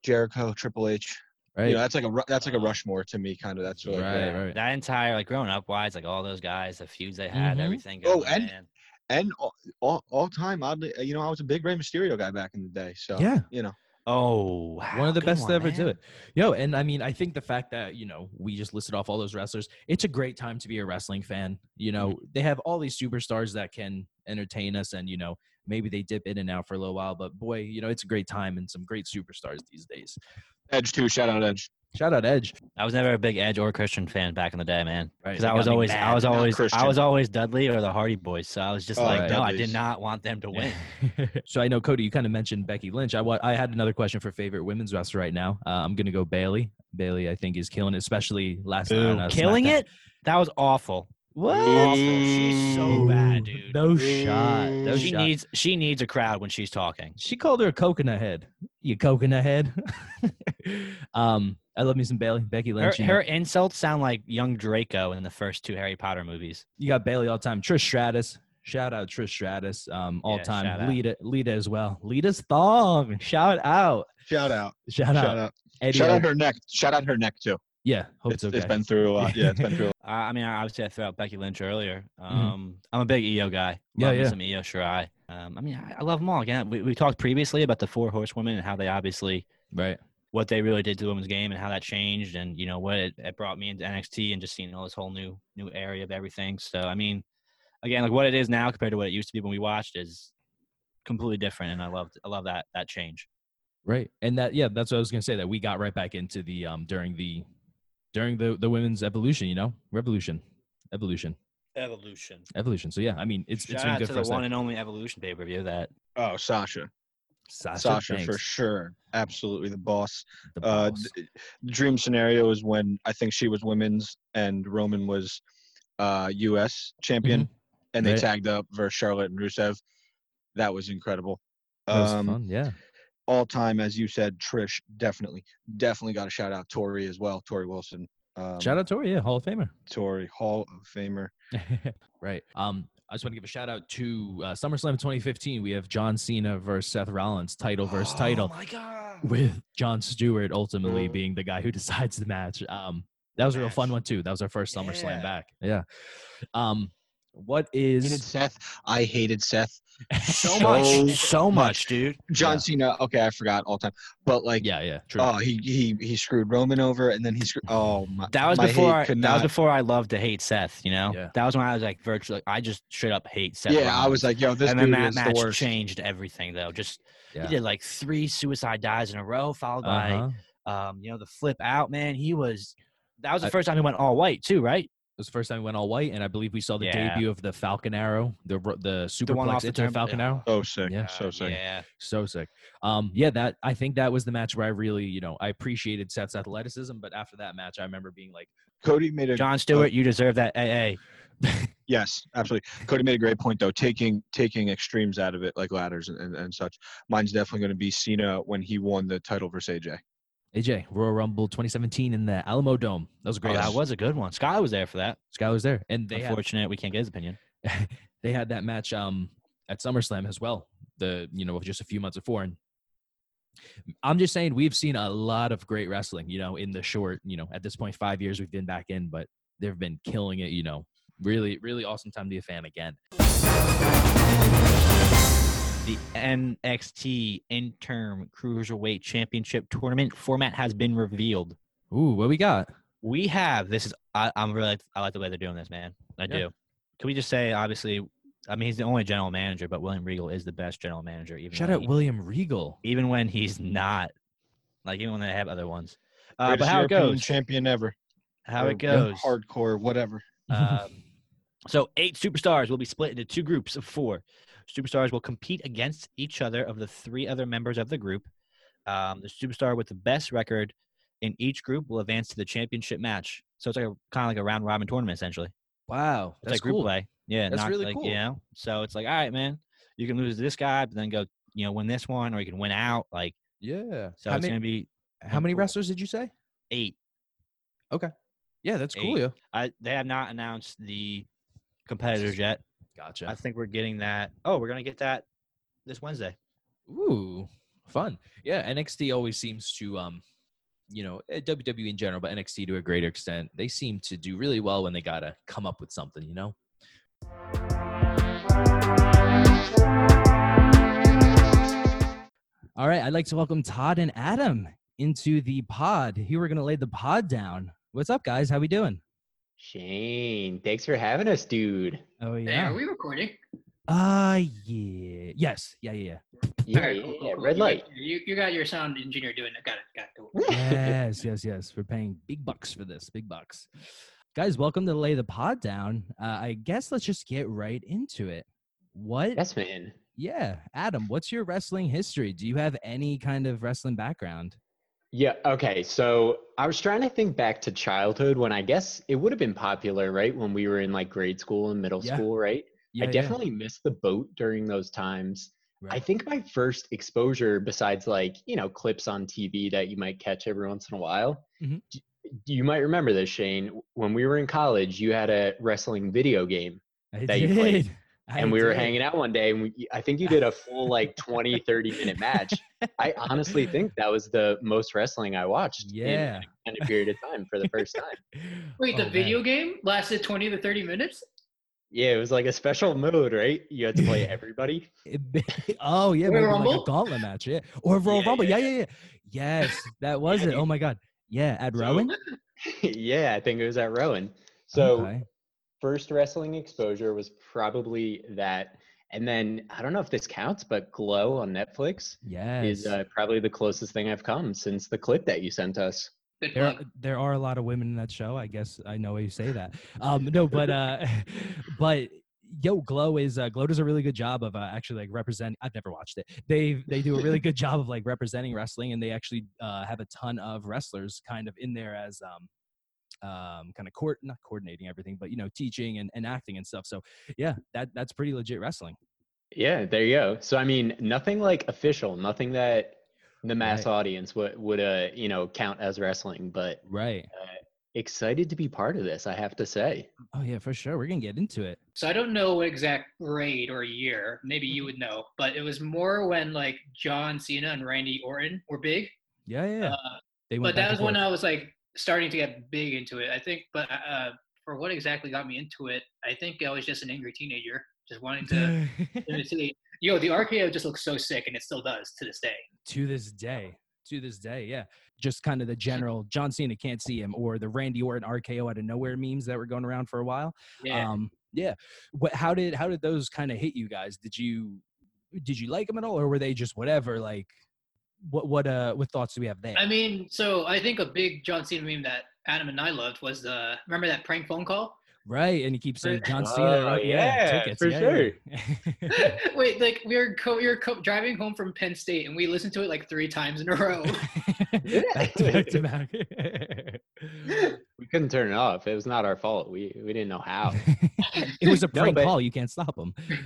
Speaker 2: Jericho, Triple H.
Speaker 1: Right. Uh-huh.
Speaker 2: You know, that's like a Ru- that's like a
Speaker 3: Uh,
Speaker 2: Rushmore to me, kind of. That's what.
Speaker 1: Right,
Speaker 3: yeah,
Speaker 1: right.
Speaker 3: That entire like growing up wise, like all those guys, the feuds they had,
Speaker 1: Mhm.
Speaker 3: everything.
Speaker 2: Oh,
Speaker 3: going,
Speaker 2: and-
Speaker 3: man.
Speaker 2: And all, all all time, oddly, you know, I was a big Rey Mysterio guy back in the day. So
Speaker 1: Yeah.
Speaker 2: you know,
Speaker 3: oh,
Speaker 1: One
Speaker 3: wow,
Speaker 1: of the
Speaker 3: good
Speaker 1: best to ever
Speaker 3: man.
Speaker 1: do it. Yo, and I mean, I think the fact that, you know, we just listed off all those wrestlers, it's a great time to be a wrestling fan. You
Speaker 3: Mm-hmm.
Speaker 1: know, they have all these superstars that can entertain us and, you know, maybe they dip in and out for a little while, but boy, you know, it's a great time and some great superstars these days.
Speaker 2: Edge too. Shout out Edge.
Speaker 1: Shout out Edge.
Speaker 3: I was never a big Edge or Christian fan back in the day, man.
Speaker 1: Right.
Speaker 3: Because I was
Speaker 1: Gotta be
Speaker 3: always,
Speaker 1: mad.
Speaker 3: I was
Speaker 2: not
Speaker 3: always, I was
Speaker 2: Christian.
Speaker 3: always Dudley or the Hardy Boys. So I was just
Speaker 2: Oh,
Speaker 3: like,
Speaker 1: right.
Speaker 3: no, I
Speaker 2: Dudleys.
Speaker 3: did not want them to win.
Speaker 1: so I know Cody, you kind of mentioned Becky Lynch. I wa- I had another question for favorite women's wrestler right now. Uh, I'm gonna go Bailey. Bailey, I think, is killing it, especially last night. on, uh,
Speaker 3: Killing
Speaker 1: SmackDown.
Speaker 3: it? That was awful.
Speaker 1: What?
Speaker 3: Awful. She's so bad, dude.
Speaker 1: No shot. No
Speaker 3: she
Speaker 1: shot.
Speaker 3: needs, she needs a crowd when she's talking.
Speaker 1: she called her a coconut head. You coconut head. um, I love me some Bailey. Becky
Speaker 3: Her,
Speaker 1: Lynch. you, know.
Speaker 3: her insults sound like young Draco in the first two Harry Potter movies.
Speaker 1: You got Bailey all time. Trish Stratus. Shout out Trish Stratus. Um, all
Speaker 3: Yeah, shout
Speaker 1: time.
Speaker 3: out.
Speaker 1: Lita, Lita as well. Lita's thong. Shout out.
Speaker 2: Shout out.
Speaker 1: Shout,
Speaker 2: Shout
Speaker 1: out.
Speaker 2: out.
Speaker 1: Eddie.
Speaker 2: Shout
Speaker 1: O-
Speaker 2: out her neck. Shout out her neck too.
Speaker 1: yeah. Hope
Speaker 2: It's,
Speaker 1: it's, okay.
Speaker 2: it's been through a lot. Yeah, it's been through. A lot.
Speaker 3: Uh, I mean, I obviously I threw out Becky Lynch earlier. Um, I'm a big EO guy.
Speaker 1: Mm-hmm. Yeah,
Speaker 3: Love me
Speaker 1: yeah.
Speaker 3: Some EO Shirai. Um, I mean, I, I love them all. Again, we, we talked previously about the four horsewomen and how they obviously
Speaker 1: right.
Speaker 3: what they really did to the women's game and how that changed and you know what it, it brought me into NXT and just seeing all this whole new new area of everything. So I mean, again, like what it is now compared to what it used to be when we watched is completely different, and I loved I love that that change.
Speaker 1: Right. And that yeah, that's what I was gonna say. That we got right back into the um during the during the the women's evolution. You know, revolution, evolution,
Speaker 3: Evolution.
Speaker 1: evolution. So yeah, I mean, it's it's
Speaker 3: Shout
Speaker 1: been
Speaker 3: out
Speaker 1: good
Speaker 3: to
Speaker 1: for
Speaker 3: the
Speaker 1: us.
Speaker 3: one
Speaker 1: One
Speaker 3: and only Evolution pay per view that
Speaker 2: Oh, Sasha.
Speaker 1: Sasha,
Speaker 2: Sasha for
Speaker 1: Banks,
Speaker 2: sure. Absolutely the boss.
Speaker 1: the
Speaker 2: Uh,
Speaker 1: boss.
Speaker 2: d- dream scenario is when I think she was women's and Roman was uh, U.S. champion, and they
Speaker 1: Mm-hmm. Right.
Speaker 2: tagged up versus Charlotte and Rusev. That was incredible.
Speaker 1: That was
Speaker 2: Um,
Speaker 1: fun. Yeah.
Speaker 2: all time, as you said, Trish definitely, definitely got to shout out Tori as well. Tori Wilson. Um,
Speaker 1: Shout out to her. Yeah, Hall of Famer.
Speaker 2: Tori Hall of Famer.
Speaker 1: right. Um, I just want to give a shout out to uh, SummerSlam 2015. We have John Cena versus Seth Rollins, title versus title,
Speaker 3: Oh my god.
Speaker 1: with John Stewart ultimately
Speaker 2: Mm.
Speaker 1: being the guy who decides the match. Um, that was a real fun
Speaker 3: Match.
Speaker 1: one too. That was our first SummerSlam
Speaker 3: Yeah.
Speaker 1: back. Yeah. Um, what
Speaker 2: I hated
Speaker 1: is
Speaker 2: Seth. I hated Seth.
Speaker 3: So
Speaker 2: So
Speaker 3: much,
Speaker 2: much.
Speaker 3: so much, dude.
Speaker 2: John
Speaker 1: Yeah.
Speaker 2: Cena. Okay, I forgot all time. But like,
Speaker 1: yeah, yeah, true.
Speaker 2: oh, he he he screwed Roman over, and then he screwed. Oh my.
Speaker 3: That was
Speaker 2: my hate
Speaker 3: before. I,
Speaker 2: could
Speaker 3: that was
Speaker 2: not-
Speaker 3: before I loved to hate Seth. You know,
Speaker 1: Yeah.
Speaker 3: that was when I was like virtually. I just straight up hate Seth.
Speaker 2: yeah, I
Speaker 3: Rollins.
Speaker 2: was like, yo, this
Speaker 3: and
Speaker 2: dude
Speaker 3: then that
Speaker 2: is
Speaker 3: match
Speaker 2: the worst.
Speaker 3: changed everything though. Just
Speaker 1: Yeah.
Speaker 3: he did like three suicide dives in a row, followed by
Speaker 1: Uh-huh.
Speaker 3: um, you know, the flip out, man. He was that was the
Speaker 1: I-
Speaker 3: first time he went all white too, right?
Speaker 1: It was the first time we went all white, and I believe we saw the
Speaker 3: Yeah.
Speaker 1: debut of the Falcon Arrow, the ro- the
Speaker 3: The one
Speaker 1: superplex
Speaker 3: off the
Speaker 1: into the
Speaker 3: turn-
Speaker 1: Falcon
Speaker 3: Yeah.
Speaker 1: Arrow.
Speaker 2: So sick.
Speaker 1: Yeah.
Speaker 2: So sick.
Speaker 3: Yeah.
Speaker 1: So sick. Um, yeah, that I think that was the match where I really, you know, I appreciated Seth's athleticism, but after that match, I remember being like,
Speaker 2: Cody made a
Speaker 3: John Stewart, you deserve that AA.
Speaker 2: yes, absolutely. Cody made a great point though, taking taking extremes
Speaker 3: Uh,
Speaker 2: out of it, like ladders and, and, and such. Mine's definitely going to be Cena when he won the title versus AJ.
Speaker 1: AJ, Royal Rumble 2017 in the Alamo Dome. That was a
Speaker 3: Oh,
Speaker 1: great.
Speaker 3: that was a good one. Skyler was there for that.
Speaker 1: Skyler's there, and they had,
Speaker 3: Unfortunate, we can't get his opinion.
Speaker 1: they had that match um at SummerSlam as well. The you know just a few months before, and I'm just saying we've seen a lot of great wrestling. You know, in the short, you know, at this point five years we've been back in, but they've been killing it. You know, really, really awesome time to be a fan again.
Speaker 3: The NXT Interim Cruiserweight Championship Tournament format has been revealed.
Speaker 1: Ooh, what we got?
Speaker 3: We have this is I, I'm really I like the way they're doing this, man. I
Speaker 1: Yeah.
Speaker 3: do. Can we just say obviously? I mean, he's the only general manager, but William Regal is the best general manager. Even
Speaker 1: Shout
Speaker 3: when
Speaker 1: out
Speaker 3: he-
Speaker 1: William Regal.
Speaker 3: even when he's not, like even when they have other ones. Uh, but
Speaker 2: Greatest
Speaker 3: how it
Speaker 2: European
Speaker 3: goes?
Speaker 2: Champion ever.
Speaker 3: How
Speaker 2: Or
Speaker 3: it goes?
Speaker 2: Hardcore, whatever.
Speaker 1: Uh, Mm-hmm.
Speaker 3: Um, so eight superstars will be split into two groups of four. Superstars will compete against each other of the three other members of the group. Um, the superstar with the best record in each group will advance to the championship match. So it's like a kind of like a round robin tournament essentially.
Speaker 1: Wow,
Speaker 3: It's like group play. Yeah,
Speaker 1: That's
Speaker 3: not
Speaker 1: really
Speaker 3: like,
Speaker 1: cool.
Speaker 3: You know, so it's like all right, man, you can lose to this guy, but then go you know win this one, or you can win out. Like
Speaker 1: Yeah.
Speaker 3: so,
Speaker 1: how
Speaker 3: it's
Speaker 1: many,
Speaker 3: gonna be
Speaker 1: how many
Speaker 3: cool.
Speaker 1: wrestlers did you say?
Speaker 3: eight.
Speaker 1: Yeah, that's cool.
Speaker 3: Eight.
Speaker 1: Yeah.
Speaker 3: I, they have not announced the competitors yet. I
Speaker 1: Gotcha.
Speaker 3: think we're getting that. Oh, we're gonna get that this Wednesday.
Speaker 1: Ooh, fun. Yeah, NXT always seems to, um, you know, eh, WWE in general, but NXT to a greater extent, they seem to do really well when they gotta come up with something. You know. All right, I'd like to welcome Todd and Adam into the pod. Here we're gonna lay the pod down. What's up, guys? How we doing?
Speaker 4: Shane, thanks for having us, dude.
Speaker 1: Oh
Speaker 5: Hey, are we recording?
Speaker 1: Uh yeah. Yes. Yeah. Yeah.
Speaker 4: Yeah,
Speaker 5: Alright,
Speaker 4: yeah,
Speaker 5: cool, cool,
Speaker 4: yeah,
Speaker 5: cool.
Speaker 4: red
Speaker 5: You got-
Speaker 4: light.
Speaker 5: You, you got your sound engineer doing it. Got it. Got it. Cool.
Speaker 1: yeah. yes. Yes. Yes. We're paying big bucks for this. Big bucks. Guys, welcome to lay the pod down. Uh, I guess let's just get right into it. What?
Speaker 4: Yes, man.
Speaker 1: yeah, Adam. What's your wrestling history? Do you have any kind of wrestling background?
Speaker 4: Yeah, okay. So I was trying to think back to childhood when I guess it would have been popular, right? When we were in like grade school and middle
Speaker 1: Yeah.
Speaker 4: school, right?
Speaker 1: Yeah,
Speaker 4: I
Speaker 1: yeah,
Speaker 4: definitely missed the boat during those times. I
Speaker 1: right.
Speaker 4: think my first exposure, besides like, you know, clips on TV that you might catch every once in a while,
Speaker 5: Mm-hmm.
Speaker 1: Mhm.
Speaker 4: d- you might remember this, Shane. When we were in college, you had a wrestling video game.
Speaker 1: I
Speaker 4: that you played,
Speaker 1: did. I
Speaker 4: and we were
Speaker 1: did.
Speaker 4: hanging out one day and we, i think you did a full like 20 30 minute match i honestly think that was the most wrestling i watched in
Speaker 1: Yeah.
Speaker 4: an extended period of time for the first time
Speaker 5: Wait,
Speaker 1: Oh,
Speaker 5: the
Speaker 1: man.
Speaker 5: video game lasted 20 to 30 minutes?
Speaker 4: yeah it was like a special mode right you had to play everybody
Speaker 1: It be- oh yeah,
Speaker 5: Royal
Speaker 1: maybe like a
Speaker 5: Rumble?
Speaker 1: gauntlet match, yeah, or Royal
Speaker 4: Yeah,
Speaker 1: Rumble, yeah,
Speaker 4: yeah,
Speaker 1: yeah, yeah. Yes, that was it. Oh my god, yeah, at
Speaker 5: So-
Speaker 1: Rowan.
Speaker 4: yeah i think it was at rowan so
Speaker 1: Okay.
Speaker 4: first wrestling exposure was probably that and then i don't know if this counts but glow on netflix
Speaker 1: yes,
Speaker 4: is uh, probably the closest thing i've come since the clip that you sent us
Speaker 5: Good
Speaker 1: There are,
Speaker 5: plug.
Speaker 1: there are a lot of women in that show. I guess I know why you say that. Um, no, but uh, but yo, Glow is uh, Glow does a really good job of uh, actually like representing. I've never watched it. They they do a really good job of like representing wrestling, and they actually uh, have a ton of wrestlers kind of in there as um, um, kind of court not coordinating everything, but you know teaching and, and acting and stuff. So yeah, that that's pretty legit wrestling.
Speaker 4: Yeah, there you go. So I mean, nothing like official, nothing that the mass
Speaker 1: Right.
Speaker 4: audience would would uh you know count as wrestling, but
Speaker 1: Right.
Speaker 4: excited to be part of this, I have to say.
Speaker 1: Oh yeah, for sure. We're gonna get into it.
Speaker 5: So I don't know what exact grade or year. Maybe
Speaker 1: Mm-hmm.
Speaker 5: you would know, but it was more when like John Cena and Randy Orton were big.
Speaker 1: Yeah, yeah. yeah.
Speaker 5: Uh,
Speaker 1: they back
Speaker 5: but that
Speaker 1: and
Speaker 5: was when
Speaker 1: forth.
Speaker 5: I was like starting to get big into it. I think, but uh, for what exactly got me into it, I think I was just an angry teenager, just wanting to. imitate- Yo, the RKO just looks so sick, and it still does to this day.
Speaker 1: to this day to this day yeah just kind of the general john cena can't see him or the randy orton rko out of nowhere memes that were going around for a while
Speaker 5: Yeah.
Speaker 1: um yeah what how did how did those kind of hit you guys did you did you like them at all or were they just whatever like what what uh what thoughts do we have there
Speaker 5: I mean, so I think a big John Cena meme that Adam and I loved was the remember that prank phone call?
Speaker 1: right and he keeps saying john cena
Speaker 4: Oh,
Speaker 1: right?
Speaker 4: yeah,
Speaker 1: tickets.
Speaker 4: for
Speaker 1: yeah, yeah.
Speaker 5: Wait, like we were co- we were co- driving home from Penn State and we listened to it like three times in a row.
Speaker 1: back to back to back.
Speaker 4: We couldn't turn it off. It was not our fault. We we didn't know how.
Speaker 1: it was a
Speaker 4: No,
Speaker 1: prank
Speaker 4: but-
Speaker 1: call you can't stop him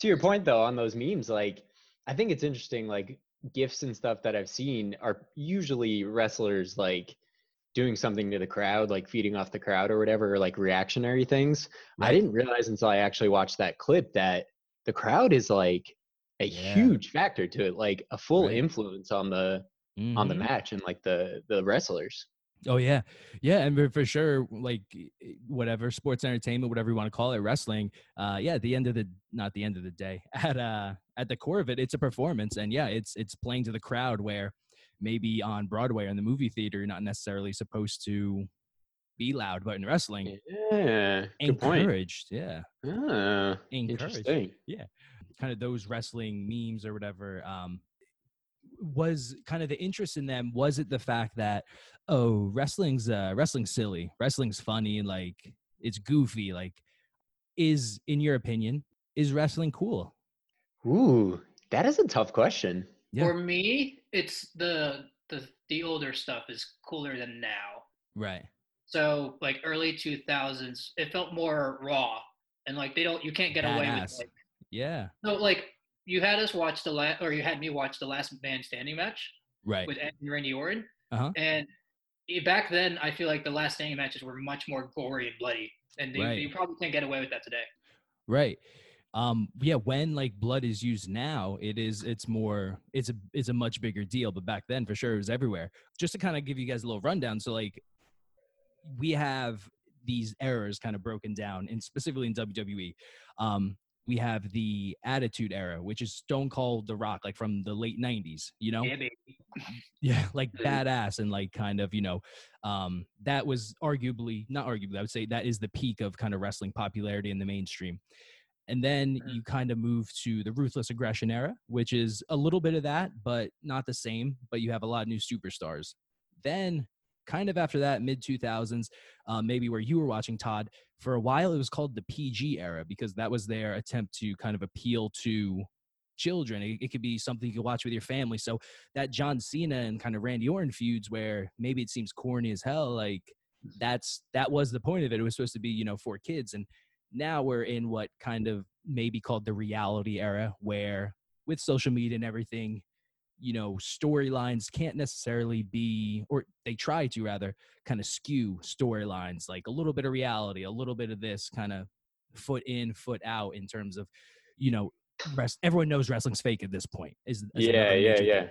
Speaker 4: to your point though on those memes like i think it's interesting like gifts and stuff that I've seen are usually wrestlers like doing something to the crowd, like feeding off the crowd or whatever, or like reactionary things. I didn't realize until I actually watched that clip that the crowd is like a
Speaker 3: Yeah.
Speaker 4: huge factor to it, like a full
Speaker 1: Right.
Speaker 4: influence on the on the
Speaker 1: Mhm.
Speaker 4: match and like the the wrestlers.
Speaker 1: Oh yeah, yeah, and for- for sure, like i- i- whatever sports entertainment, whatever you want to call it, wrestling. Uh, yeah, at the end of the not the end of the day, at uh at the core of it, it's a performance, and yeah, it's it's playing to the crowd where maybe on Broadway or in the movie theater, you're not necessarily supposed to be loud, but in wrestling,
Speaker 4: Yeah, good point.
Speaker 1: encouraged, yeah,
Speaker 4: Ah,
Speaker 1: encouraged
Speaker 4: interesting.
Speaker 1: kind of those wrestling memes or whatever um was kind of the interest in them was it the fact that oh wrestling's uh wrestling's silly wrestling's funny like it's goofy like is in your opinion is wrestling cool
Speaker 4: Ooh, that is a tough question.
Speaker 1: Yeah.
Speaker 5: For me, it's the the the older stuff is cooler than now.
Speaker 1: right
Speaker 5: So like early two thousands, it felt more raw, and like they don't you can't get away with
Speaker 1: Badass.
Speaker 5: like
Speaker 1: yeah
Speaker 5: no like you had us watch the last or you had me watch the last man standing match
Speaker 1: right
Speaker 5: with Ed and Randy Orton,
Speaker 1: Uh-huh.
Speaker 5: and e- back then I feel like the last standing matches were much more gory and bloody, and they,
Speaker 1: Right.
Speaker 5: you probably can't get away with that today.
Speaker 1: right um yeah when like blood is used now it is it's more it's a it's a much bigger deal but back then for sure it was everywhere just to kind of give you guys a little rundown so like we have these errors kind of broken down and specifically in wwe um we have the attitude era which is stone cold the rock like from the late 90s you know
Speaker 5: Yeah, baby.
Speaker 1: yeah like
Speaker 4: Mhm.
Speaker 1: badass and like kind of you know um that was arguably not arguably i would say that is the peak of kind of wrestling popularity in the mainstream and then
Speaker 5: Mhm.
Speaker 1: you kind of move to the ruthless aggression era which is a little bit of that but not the same but you have a lot of new superstars then kind of after that mid 2000s uh, maybe where you were watching todd for a while it was called the pg era because that was their attempt to kind of appeal to children it, it could be something you could watch with your family so that John Cena and kind of Randy Orton feuds where maybe it seems corny as hell, like
Speaker 4: Mm.
Speaker 1: that's that was the point of it. It was supposed to be, you know, for kids. And now we're in what kind of maybe called the reality era where with social media and everything, you know, storylines can't necessarily be or they try to rather kind of skew storylines, like a little bit of reality, a little bit of this kind of foot in, foot out in terms of, you know, rest, everyone knows wrestling's fake at this point. Is, is another
Speaker 4: yeah yeah
Speaker 1: major
Speaker 4: yeah
Speaker 1: thing.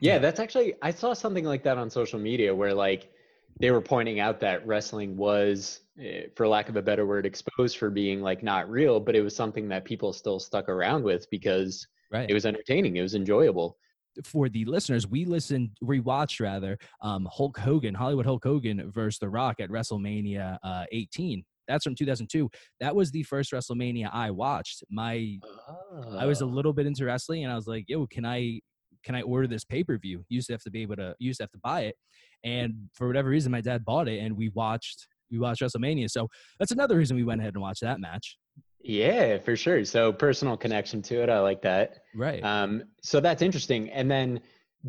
Speaker 4: yeah that's actually i saw something like that on social media where like they were pointing out that wrestling was eh, for lack of a better word exposed for being like not real but it was something that people still stuck around with because
Speaker 1: Right.
Speaker 4: it was entertaining it was enjoyable
Speaker 1: for the listeners, we listened, rewatched rather, um, Hulk Hogan, Hollywood Hulk Hogan versus The Rock at WrestleMania uh, 18. That's from 2002. That was the first WrestleMania I watched. My I was a
Speaker 4: Oh,
Speaker 1: little bit into wrestling, and I was like, "Yo, can I can I order this pay per view?" Used to have to be able to you used to have to buy it, and for whatever reason, my dad bought it, and we watched we watched WrestleMania. So that's another reason we went ahead and watched that match.
Speaker 4: yeah for sure so personal connection to it i like that
Speaker 1: Right.
Speaker 4: um so that's interesting and then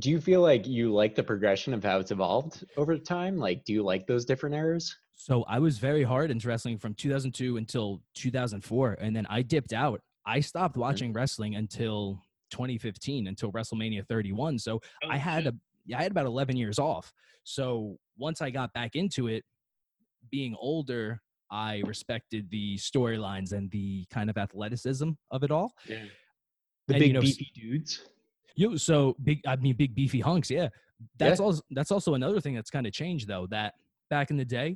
Speaker 4: do you feel like you like the progression of how it's evolved over time like do you like those different eras
Speaker 1: So I was very hard into wrestling from 2002 until 2004, and then I dipped out. I stopped watching wrestling until 2015, until WrestleMania 31. So
Speaker 5: Oh,
Speaker 1: I had
Speaker 5: shit.
Speaker 1: a yeah, I had about 11 years off. So once I got back into it, being older, I respected the storylines and the kind of athleticism of it all.
Speaker 4: yeah the
Speaker 1: And,
Speaker 4: big
Speaker 1: you know, s-
Speaker 4: beefy dudes
Speaker 1: Yo, so big. I mean, big beefy hunks. Yeah, that's
Speaker 4: Yeah.
Speaker 1: also that's also another thing that's kind of changed though. That back in the day,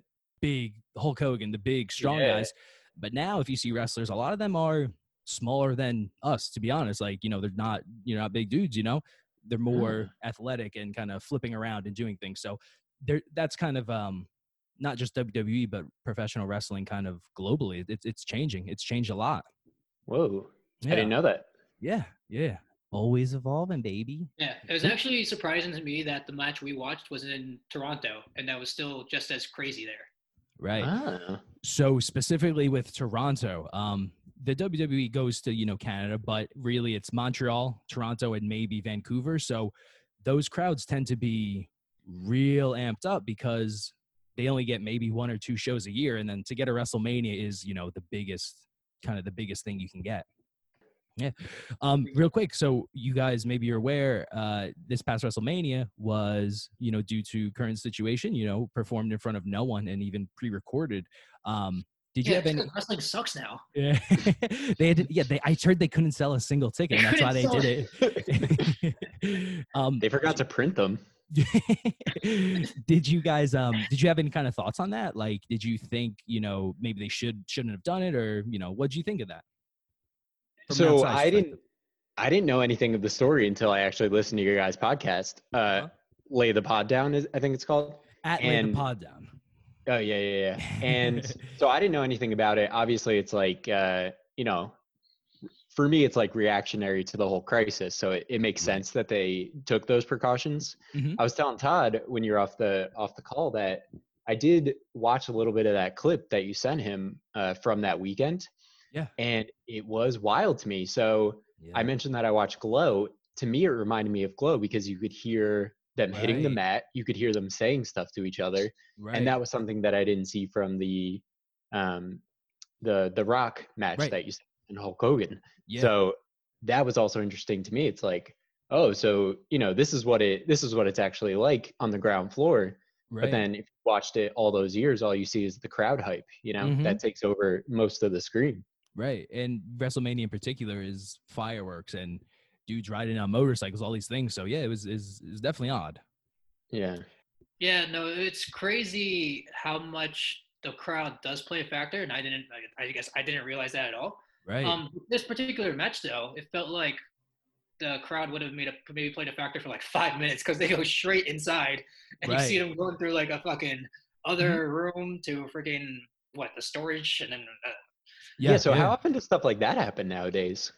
Speaker 1: big Hulk Hogan, the big strong
Speaker 4: Yeah.
Speaker 1: guys. But now, if you see wrestlers, a lot of them are smaller than us. To be honest, like you know, they're not you know not big dudes. You know, they're
Speaker 4: Mm-hmm.
Speaker 1: more athletic and kind of flipping around and doing things. So there, that's kind of um not just WWE but professional wrestling kind of globally. It's it's changing. It's changed a lot.
Speaker 4: Whoa.
Speaker 1: Yeah.
Speaker 4: I didn't know that.
Speaker 1: yeah. Yeah. Always evolving, baby.
Speaker 5: Yeah, it was actually surprising to me that the match we watched was in Toronto, and that was still just as crazy there.
Speaker 1: Right.
Speaker 4: Ah.
Speaker 1: so specifically with Toronto, um, the WWE goes to you know Canada, but really it's Montreal, Toronto, and maybe Vancouver. So those crowds tend to be real amped up because they only get maybe one or two shows a year, and then to get a WrestleMania is you know the biggest kind of the biggest thing you can get. Yeah. Um, real quick, so you guys maybe you're aware, uh, this past WrestleMania was, you know, due to current situation, you know, performed in front of no one and even pre-recorded. Um, did you
Speaker 5: yeah,
Speaker 1: have any?
Speaker 5: wrestling sucks now.
Speaker 1: Yeah. they had, to- yeah, they, I heard they couldn't sell a single ticket.
Speaker 5: They
Speaker 1: and that's why they
Speaker 5: couldn't
Speaker 1: did it. um,
Speaker 4: They forgot to print them.
Speaker 1: did you guys um did you have any kind of thoughts on that like did you think you know maybe they should shouldn't have done it or you know what would you think of that From an
Speaker 4: so
Speaker 1: outside
Speaker 4: I
Speaker 1: perspective.
Speaker 4: didn't I didn't know anything of the story until I actually listened to your guys' podcast. Uh,
Speaker 1: Uh-huh.
Speaker 4: Lay the pod down is I think it's called.
Speaker 1: at lay the
Speaker 4: and-
Speaker 1: pod down
Speaker 4: Oh yeah, yeah, yeah. And so I didn't know anything about it. Obviously, it's like uh, you know, for me, it's like reactionary to the whole crisis. So it, it makes sense that they took those precautions.
Speaker 1: Mhm.
Speaker 4: I was telling Todd when you're off the off the call that I did watch a little bit of that clip that you sent him uh, from that weekend.
Speaker 1: Yeah.
Speaker 4: and it was wild to me. So
Speaker 1: yeah.
Speaker 4: I mentioned that I watched Glow. To me, it reminded me of Glow because you could hear them hitting the
Speaker 1: Right.
Speaker 4: mat, you could hear them saying stuff to each other
Speaker 1: right.
Speaker 4: and that was something that I didn't see from the um the the rock match
Speaker 1: Right.
Speaker 4: that you said in Hulk Hogan.
Speaker 1: yeah
Speaker 4: So that was also interesting to me. It's like, oh, so you know, this is what it this is what it's actually like on the ground floor.
Speaker 1: right.
Speaker 4: But then if you watched it all those years, all you see is the crowd hype, you know,
Speaker 1: Mhm.
Speaker 4: that takes over most of the screen.
Speaker 1: Right. And WrestleMania in particular is fireworks and dudes riding on motorcycles, all these things. So yeah, it was is is definitely odd.
Speaker 4: Yeah.
Speaker 5: Yeah, no, it's crazy how much the crowd does play a factor, and I didn't. I- I guess I didn't realize that at all.
Speaker 1: Right.
Speaker 5: Um, this particular match, though, it felt like the crowd would have made a maybe played a factor for like five minutes because they go straight inside, and you see
Speaker 1: Right. Mm-hmm.
Speaker 5: them going through like a fucking other room to freaking what the storage, and then uh,
Speaker 4: Yeah. so how often does stuff like that happen nowadays?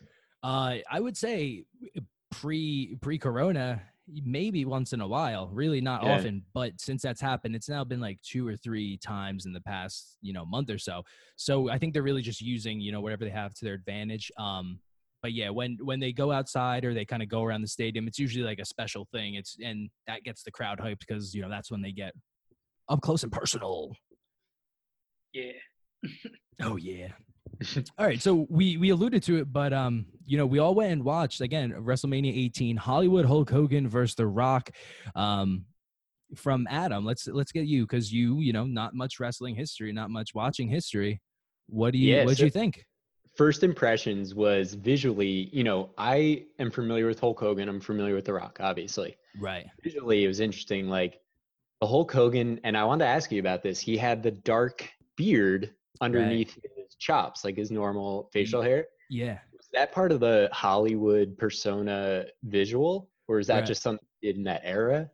Speaker 1: uh I would say eh, pre pre corona, maybe once in a while, really not
Speaker 4: Yeah.
Speaker 1: often, but since that's happened, it's now been like two or three times in the past, you know, month or so. So I think they're really just using, you know, whatever they have to their advantage. Um, but yeah, when when they go outside or they kind of go around the stadium, it's usually like a special thing. It's and that gets the crowd hyped because you know that's when they get up close and personal.
Speaker 5: yeah.
Speaker 1: Oh yeah. all right, so we we alluded to it, but um, you know, we all went and watched again WrestleMania 18, Hollywood Hulk Hogan versus The Rock. Um, from Adam, let's let's get you because you you know not much wrestling history, not much watching history. What do you
Speaker 4: Yeah,
Speaker 1: what do
Speaker 4: so-
Speaker 1: you think?
Speaker 4: first impressions was visually, you know, I am familiar with Hulk Hogan. I'm familiar with The Rock, obviously.
Speaker 1: Right.
Speaker 4: Visually, it was interesting. Like the Hulk Hogan, and I wanted to ask you about this. He had the dark beard underneath his chops, like his
Speaker 1: Mm-hmm.
Speaker 4: normal facial hair.
Speaker 1: Yeah.
Speaker 4: Was that part of the Hollywood persona visual, or is that
Speaker 1: Right.
Speaker 4: just something he did in that era?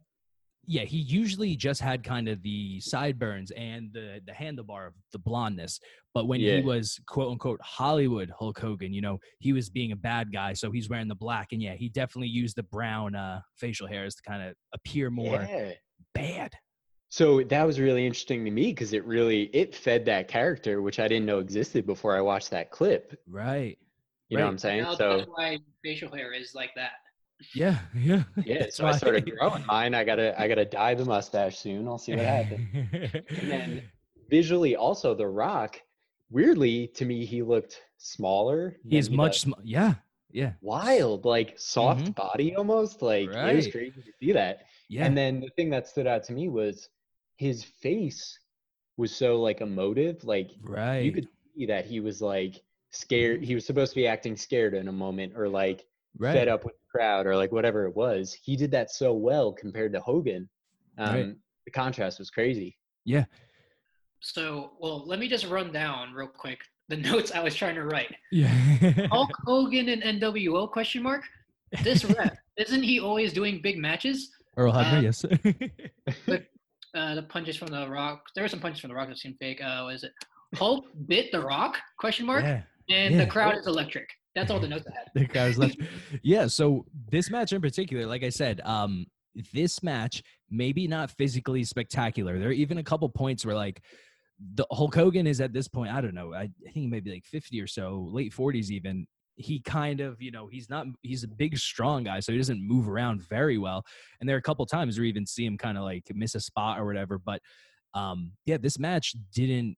Speaker 1: yeah, he usually just had kind of the sideburns and the the handlebar of the blondness. But when
Speaker 4: Yeah.
Speaker 1: he was quote unquote Hollywood Hulk Hogan, you know, he was being a bad guy, so he's wearing the black. And yeah, he definitely used the brown uh, facial hairs to kind of appear more
Speaker 4: Yeah.
Speaker 1: bad.
Speaker 4: So that was really interesting to me because it really it fed that character, which I didn't know existed before I watched that clip.
Speaker 1: Right.
Speaker 4: You know
Speaker 1: Right.
Speaker 4: what I'm saying?
Speaker 5: Now
Speaker 4: So
Speaker 5: that's why facial hair is like that.
Speaker 1: Yeah. Yeah.
Speaker 4: Yeah,
Speaker 1: That's
Speaker 4: so I
Speaker 1: why-
Speaker 4: started growing mine. I gotta I gotta dye the mustache soon. I'll see what happens. And then- Visually, also the Rock, weirdly to me, he looked smaller.
Speaker 1: he is
Speaker 4: than
Speaker 1: much
Speaker 4: does-
Speaker 1: sm- yeah. Yeah.
Speaker 4: wild, like soft
Speaker 1: Mhm.
Speaker 4: body almost. Like it was
Speaker 1: Right.
Speaker 4: crazy to see that.
Speaker 1: Yeah.
Speaker 4: And then the thing that stood out to me was his face was so like emotive. Like
Speaker 1: right. Mm-hmm.
Speaker 4: you could see that he was like scared. He was supposed to be acting scared in a moment, or like
Speaker 1: right.
Speaker 4: fed up with the crowd or like whatever it was. He did that so well compared to Hogan. Um,
Speaker 1: Right.
Speaker 4: The contrast was crazy.
Speaker 5: So, well, let me just run down real quick the notes I was trying to write.
Speaker 1: Yeah.
Speaker 5: Hulk Hogan and NWO question mark? This rep isn't he always doing big matches?
Speaker 1: Earl Hebner,
Speaker 4: Um,
Speaker 5: uh,
Speaker 1: yes.
Speaker 5: Uh, the punches from the Rock. There were some punches from the Rock that seemed fake. Uh, what is it Hulk bit the Rock question mark?
Speaker 1: yeah.
Speaker 5: And
Speaker 1: yeah. Mhm.
Speaker 5: the crowd is electric. That's all the notes I had.
Speaker 1: the crowd's left. Yeah, so this match in particular, like I said, um, this match maybe not physically spectacular. There are even a couple points where like the Hulk Hogan is at this point, I don't know, I, I think he may be like 50 or so, late 40s even. He kind of, you know, he's not he's a big strong guy, so he doesn't move around very well. And there are a couple times where you even see him kind of like miss a spot or whatever. But um, yeah, this match didn't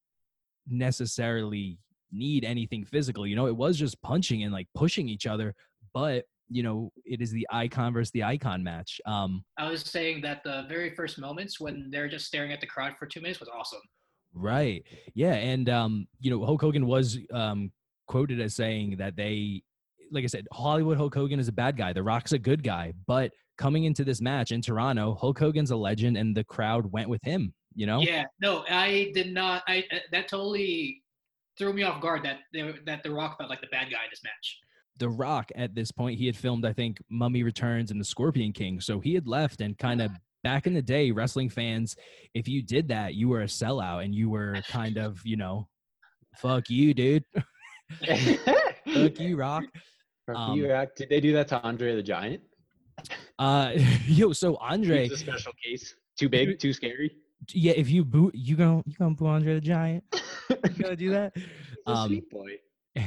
Speaker 1: necessarily need anything physical. You know, it was just punching and like pushing each other, but you know, it is the icon versus the icon match. Um,
Speaker 5: I was saying that the very first moments when they're just staring at the crowd for two minutes was awesome.
Speaker 1: right. Yeah. And, um, you know, Hulk Hogan was um, quoted as saying that they, like I said, Hollywood Hulk Hogan is a bad guy. The Rock's a good guy. But coming into this match in Toronto, Hulk Hogan's a legend and the crowd went with him, you know?
Speaker 5: Yeah, no, I did not. I uh, that totally threw me off guard that they, were- that The Rock felt like the bad guy in this match.
Speaker 1: The Rock at this point, he had filmed, I think, Mummy Returns and The Scorpion King. So he had left and kind of back in the day, wrestling fans, if you did that, you were a sellout and you were kind of, you know, fuck you, dude. fuck you, Rock.
Speaker 4: Fuck
Speaker 1: Um,
Speaker 4: you, Rock. Did they do that to Andre the Giant?
Speaker 1: Uh, yo, so Andre,
Speaker 4: He's a special case. Too big, too scary.
Speaker 1: yeah, if you boot, you gonna you gonna boo Andre the Giant? You gonna do that?
Speaker 4: The
Speaker 1: Um,
Speaker 4: sweet boy.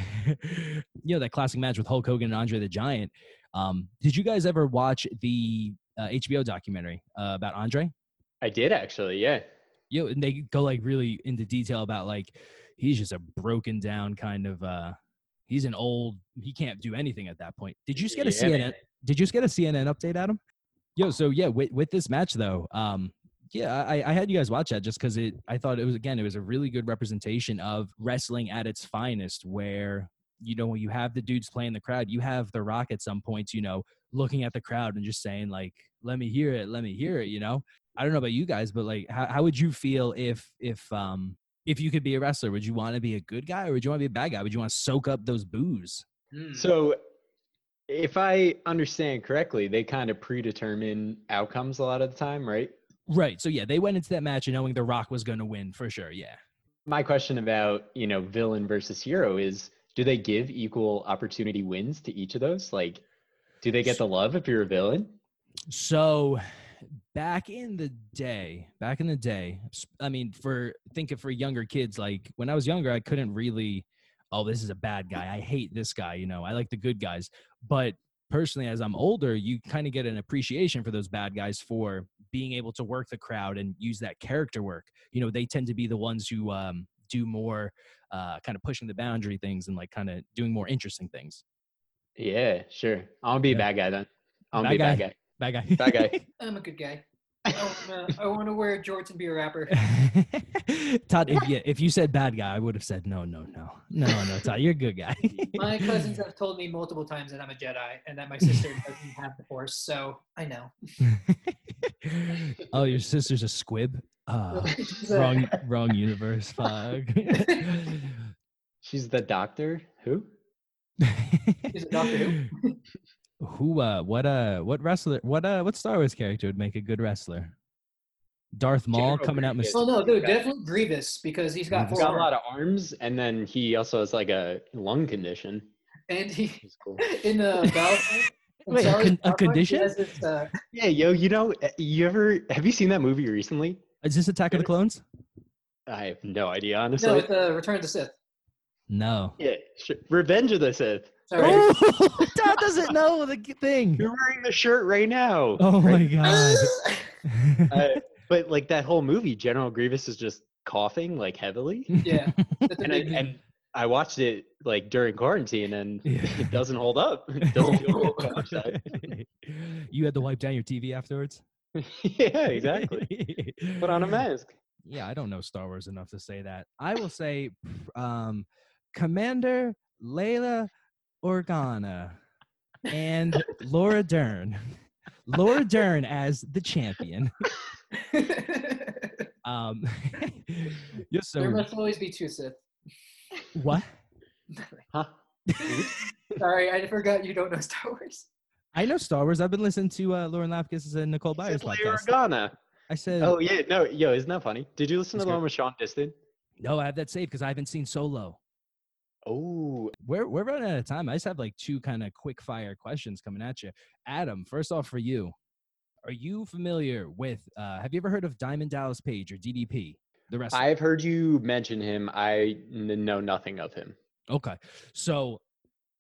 Speaker 1: you know that classic match with Hulk Hogan and Andre the Giant. Um, did you guys ever watch the uh, HBO documentary uh, about Andre?
Speaker 4: I did actually, yeah.
Speaker 1: you know, and they go like really into detail about like he's just a broken down kind of uh he's an old he can't do anything at that point. Did you just get a
Speaker 4: Yeah,
Speaker 1: CNN?
Speaker 4: man.
Speaker 1: Did you just get a CNN update, Adam? Yo, so yeah, with with this match though, um, yeah, I, I had you guys watch that just because it. I thought it was again, it was a really good representation of wrestling at its finest, where you know when you have the dudes playing the crowd, you have the Rock at some points, you know, looking at the crowd and just saying like, "Let me hear it, let me hear it," you know. I don't know about you guys, but like, how, how would you feel if if um if you could be a wrestler? Would you want to be a good guy or would you want to be a bad guy? Would you want to soak up those boos?
Speaker 5: Hmm.
Speaker 4: So, if I understand correctly, they kind of predetermine outcomes a lot of the time, right?
Speaker 1: Right. So yeah, they went into that match knowing The Rock was going to win for sure. Yeah.
Speaker 4: My question about, you know, villain versus hero is do they give equal opportunity wins to each of those? Like, do they get the love if you're a villain?
Speaker 1: So back in the day, back in the day, s- I mean, for think of for younger kids, like when I was younger, I couldn't really, oh, this is a bad guy. I hate this guy. You know, I like the good guys. But personally, as I'm older, you kind of get an appreciation for those bad guys for being able to work the crowd and use that character work. You know, they tend to be the ones who um, do more uh, kind of pushing the boundary things and like kind of doing more interesting things.
Speaker 4: Yeah, sure. I'll be a
Speaker 1: Yeah.
Speaker 4: bad guy then. I'll
Speaker 1: Bad
Speaker 4: be a bad
Speaker 1: guy.
Speaker 4: guy.
Speaker 1: Bad guy.
Speaker 4: Bad guy.
Speaker 5: I'm a good guy. I, wanna- I want to wear jorts and be a rapper.
Speaker 1: Todd, if you, if you said bad guy, I would have said no, no, no, no, no. Todd, you're a good guy.
Speaker 5: My cousins have told me multiple times that I'm a Jedi and that my sister doesn't have the Force, so I know.
Speaker 1: oh, your sister's a squib. Uh, wrong, wrong universe. Fuck.
Speaker 4: She's the doctor. Who?
Speaker 5: Is it Doctor Who?
Speaker 1: Who? Uh, what? Uh, what wrestler? What? Uh, what Star Wars character would make a good wrestler? Darth Maul
Speaker 4: General
Speaker 1: coming out.
Speaker 4: Grievous.
Speaker 1: Mis-
Speaker 5: Well, Oh, no, dude, definitely Grievous because he's got
Speaker 4: He's
Speaker 5: four
Speaker 4: Mm-hmm. got a lot
Speaker 5: arms.
Speaker 4: of arms, and then he also has like a lung condition.
Speaker 5: and he
Speaker 4: It's cool.
Speaker 5: in the battle.
Speaker 1: Wait, a con- a condition?
Speaker 5: Uh,
Speaker 4: Yeah, yo, you know, uh, you ever have you seen that movie recently?
Speaker 1: Is this Attack of the Clones?
Speaker 4: I have no idea,
Speaker 5: no,
Speaker 4: honestly.
Speaker 5: it's uh, Return of the Sith.
Speaker 1: No.
Speaker 4: yeah, sure. Revenge of the Sith.
Speaker 5: Sorry.
Speaker 1: Todd doesn't know the g- thing.
Speaker 4: You're wearing the shirt right now.
Speaker 1: Oh my
Speaker 4: right?
Speaker 1: god.
Speaker 4: Uh, but like that whole movie, General Grievous is just coughing like heavily,
Speaker 5: yeah. That's a
Speaker 4: and I
Speaker 5: big-
Speaker 4: and I watched it like during quarantine, and
Speaker 1: Yeah.
Speaker 4: it doesn't hold up. Don't feel good to watch that.
Speaker 1: you had to wipe down your TV afterwards.
Speaker 4: yeah, exactly. Put on a mask.
Speaker 1: Yeah, I don't know Star Wars enough to say that. I will say, um, Commander Layla Organa and Laura Dern. Laura Dern as the champion. Um, yeah,
Speaker 5: there
Speaker 1: so
Speaker 5: must always be two Sith.
Speaker 1: what?
Speaker 4: Huh?
Speaker 5: Sorry, I forgot you don't know Star Wars.
Speaker 1: I know Star Wars. I've been listening to uh, Lauren Lapkus and Nicole Byers
Speaker 4: Said Leia
Speaker 1: podcast.
Speaker 4: Organa.
Speaker 1: I said,
Speaker 4: Oh yeah, no, yo, isn't that funny? Did you listen
Speaker 1: It's
Speaker 4: to the
Speaker 1: good.
Speaker 4: one with Sean Distin?
Speaker 1: no, I have that saved because I haven't seen Solo.
Speaker 4: Oh,
Speaker 1: we're we're running out of time. I just have like two kind of quick fire questions coming at you. Adam, first off for you, are you familiar with uh have you ever heard of Diamond Dallas Page or DDP? The rest
Speaker 4: I've heard you mention him. I n- know nothing of him.
Speaker 1: Okay. So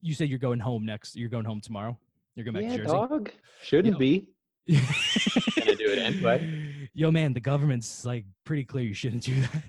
Speaker 1: you said you're going home next you're going home tomorrow? You're going back to Jersey?
Speaker 4: dog. Shouldn't
Speaker 1: Yo.
Speaker 4: be.
Speaker 1: Gonna
Speaker 4: do it anyway.
Speaker 1: Yo man, the government's like pretty clear you shouldn't do that.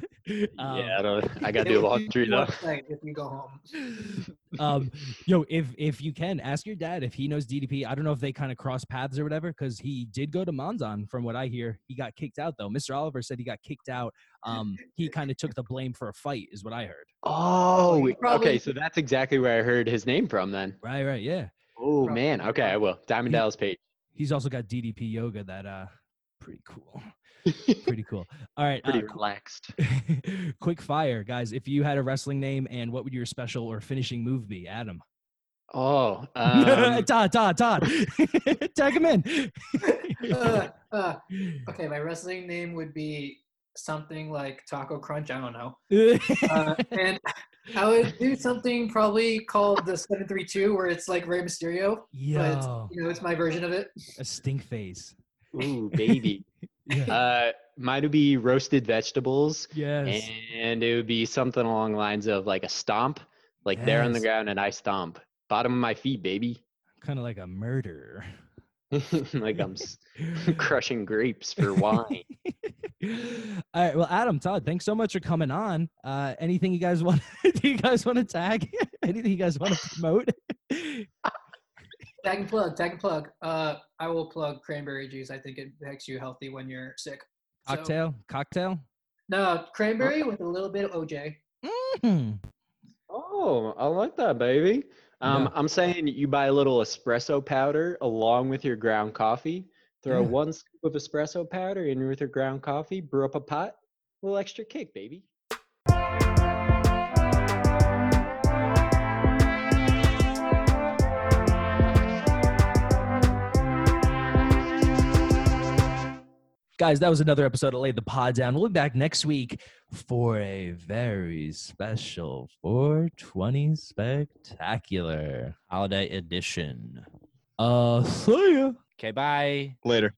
Speaker 4: Um, yeah, I, don't, I gotta do a long three though.
Speaker 5: If you go home,
Speaker 1: um, yo, if if you can ask your dad if he knows DDP. I don't know if they kind of cross paths or whatever, because he did go to Monzon, from what I hear. He got kicked out though. Mr. Oliver said he got kicked out. Um, he kind of took the blame for a fight, is what I heard.
Speaker 4: Oh, okay. So that's exactly where I heard his name from then.
Speaker 1: Right, right, yeah.
Speaker 4: Oh man, okay, I will. Diamond
Speaker 1: He-
Speaker 4: Dallas Page.
Speaker 1: He's also got DDP yoga that uh, pretty cool, pretty cool. All right, uh,
Speaker 4: Pretty relaxed.
Speaker 1: Quick fire, guys. If you had a wrestling name, and what would your special or finishing move be, Adam?
Speaker 4: Oh, um,
Speaker 1: Todd, Todd, Todd. Tag him in.
Speaker 5: Uh, uh, okay, my wrestling name would be something like Taco Crunch. I don't know. Uh, and I would do something probably called the seven three two, where it's like Rey Mysterio, but it's,
Speaker 1: Yo,
Speaker 5: you know it's my version of it.
Speaker 1: a stink face.
Speaker 4: ooh, baby.
Speaker 1: Yeah.
Speaker 4: Uh, mine would be roasted vegetables,
Speaker 1: yes.
Speaker 4: and it would be something along the lines of like a stomp, like they're on the
Speaker 1: Yes.
Speaker 4: ground and I stomp, bottom of my feet, baby,
Speaker 1: Kind of like a murderer.
Speaker 4: like I'm s- crushing grapes for wine.
Speaker 1: All right. Well, Adam, Todd, thanks so much for coming on. Uh, anything you guys want? do you guys want to tag? anything you guys want to promote?
Speaker 5: Tag and plug, tag and plug. Uh, I will plug cranberry juice. I think it makes you healthy when you're sick. So-
Speaker 1: Cocktail, cocktail.
Speaker 5: no, cranberry with a little bit of OJ.
Speaker 1: Mm.
Speaker 4: Oh, I like that, baby. Um,
Speaker 1: Yeah.
Speaker 4: I'm saying you buy a little espresso powder along with your ground coffee. Throw
Speaker 1: Yeah.
Speaker 4: one scoop of espresso powder in with your ground coffee. Brew up a pot. little extra kick, baby.
Speaker 1: Guys, that was another episode of Lay the Pod Down. We'll be back next week for a very special 420 spectacular.
Speaker 3: Holiday edition.
Speaker 1: Uh, see ya.
Speaker 3: Okay, bye.
Speaker 2: Later.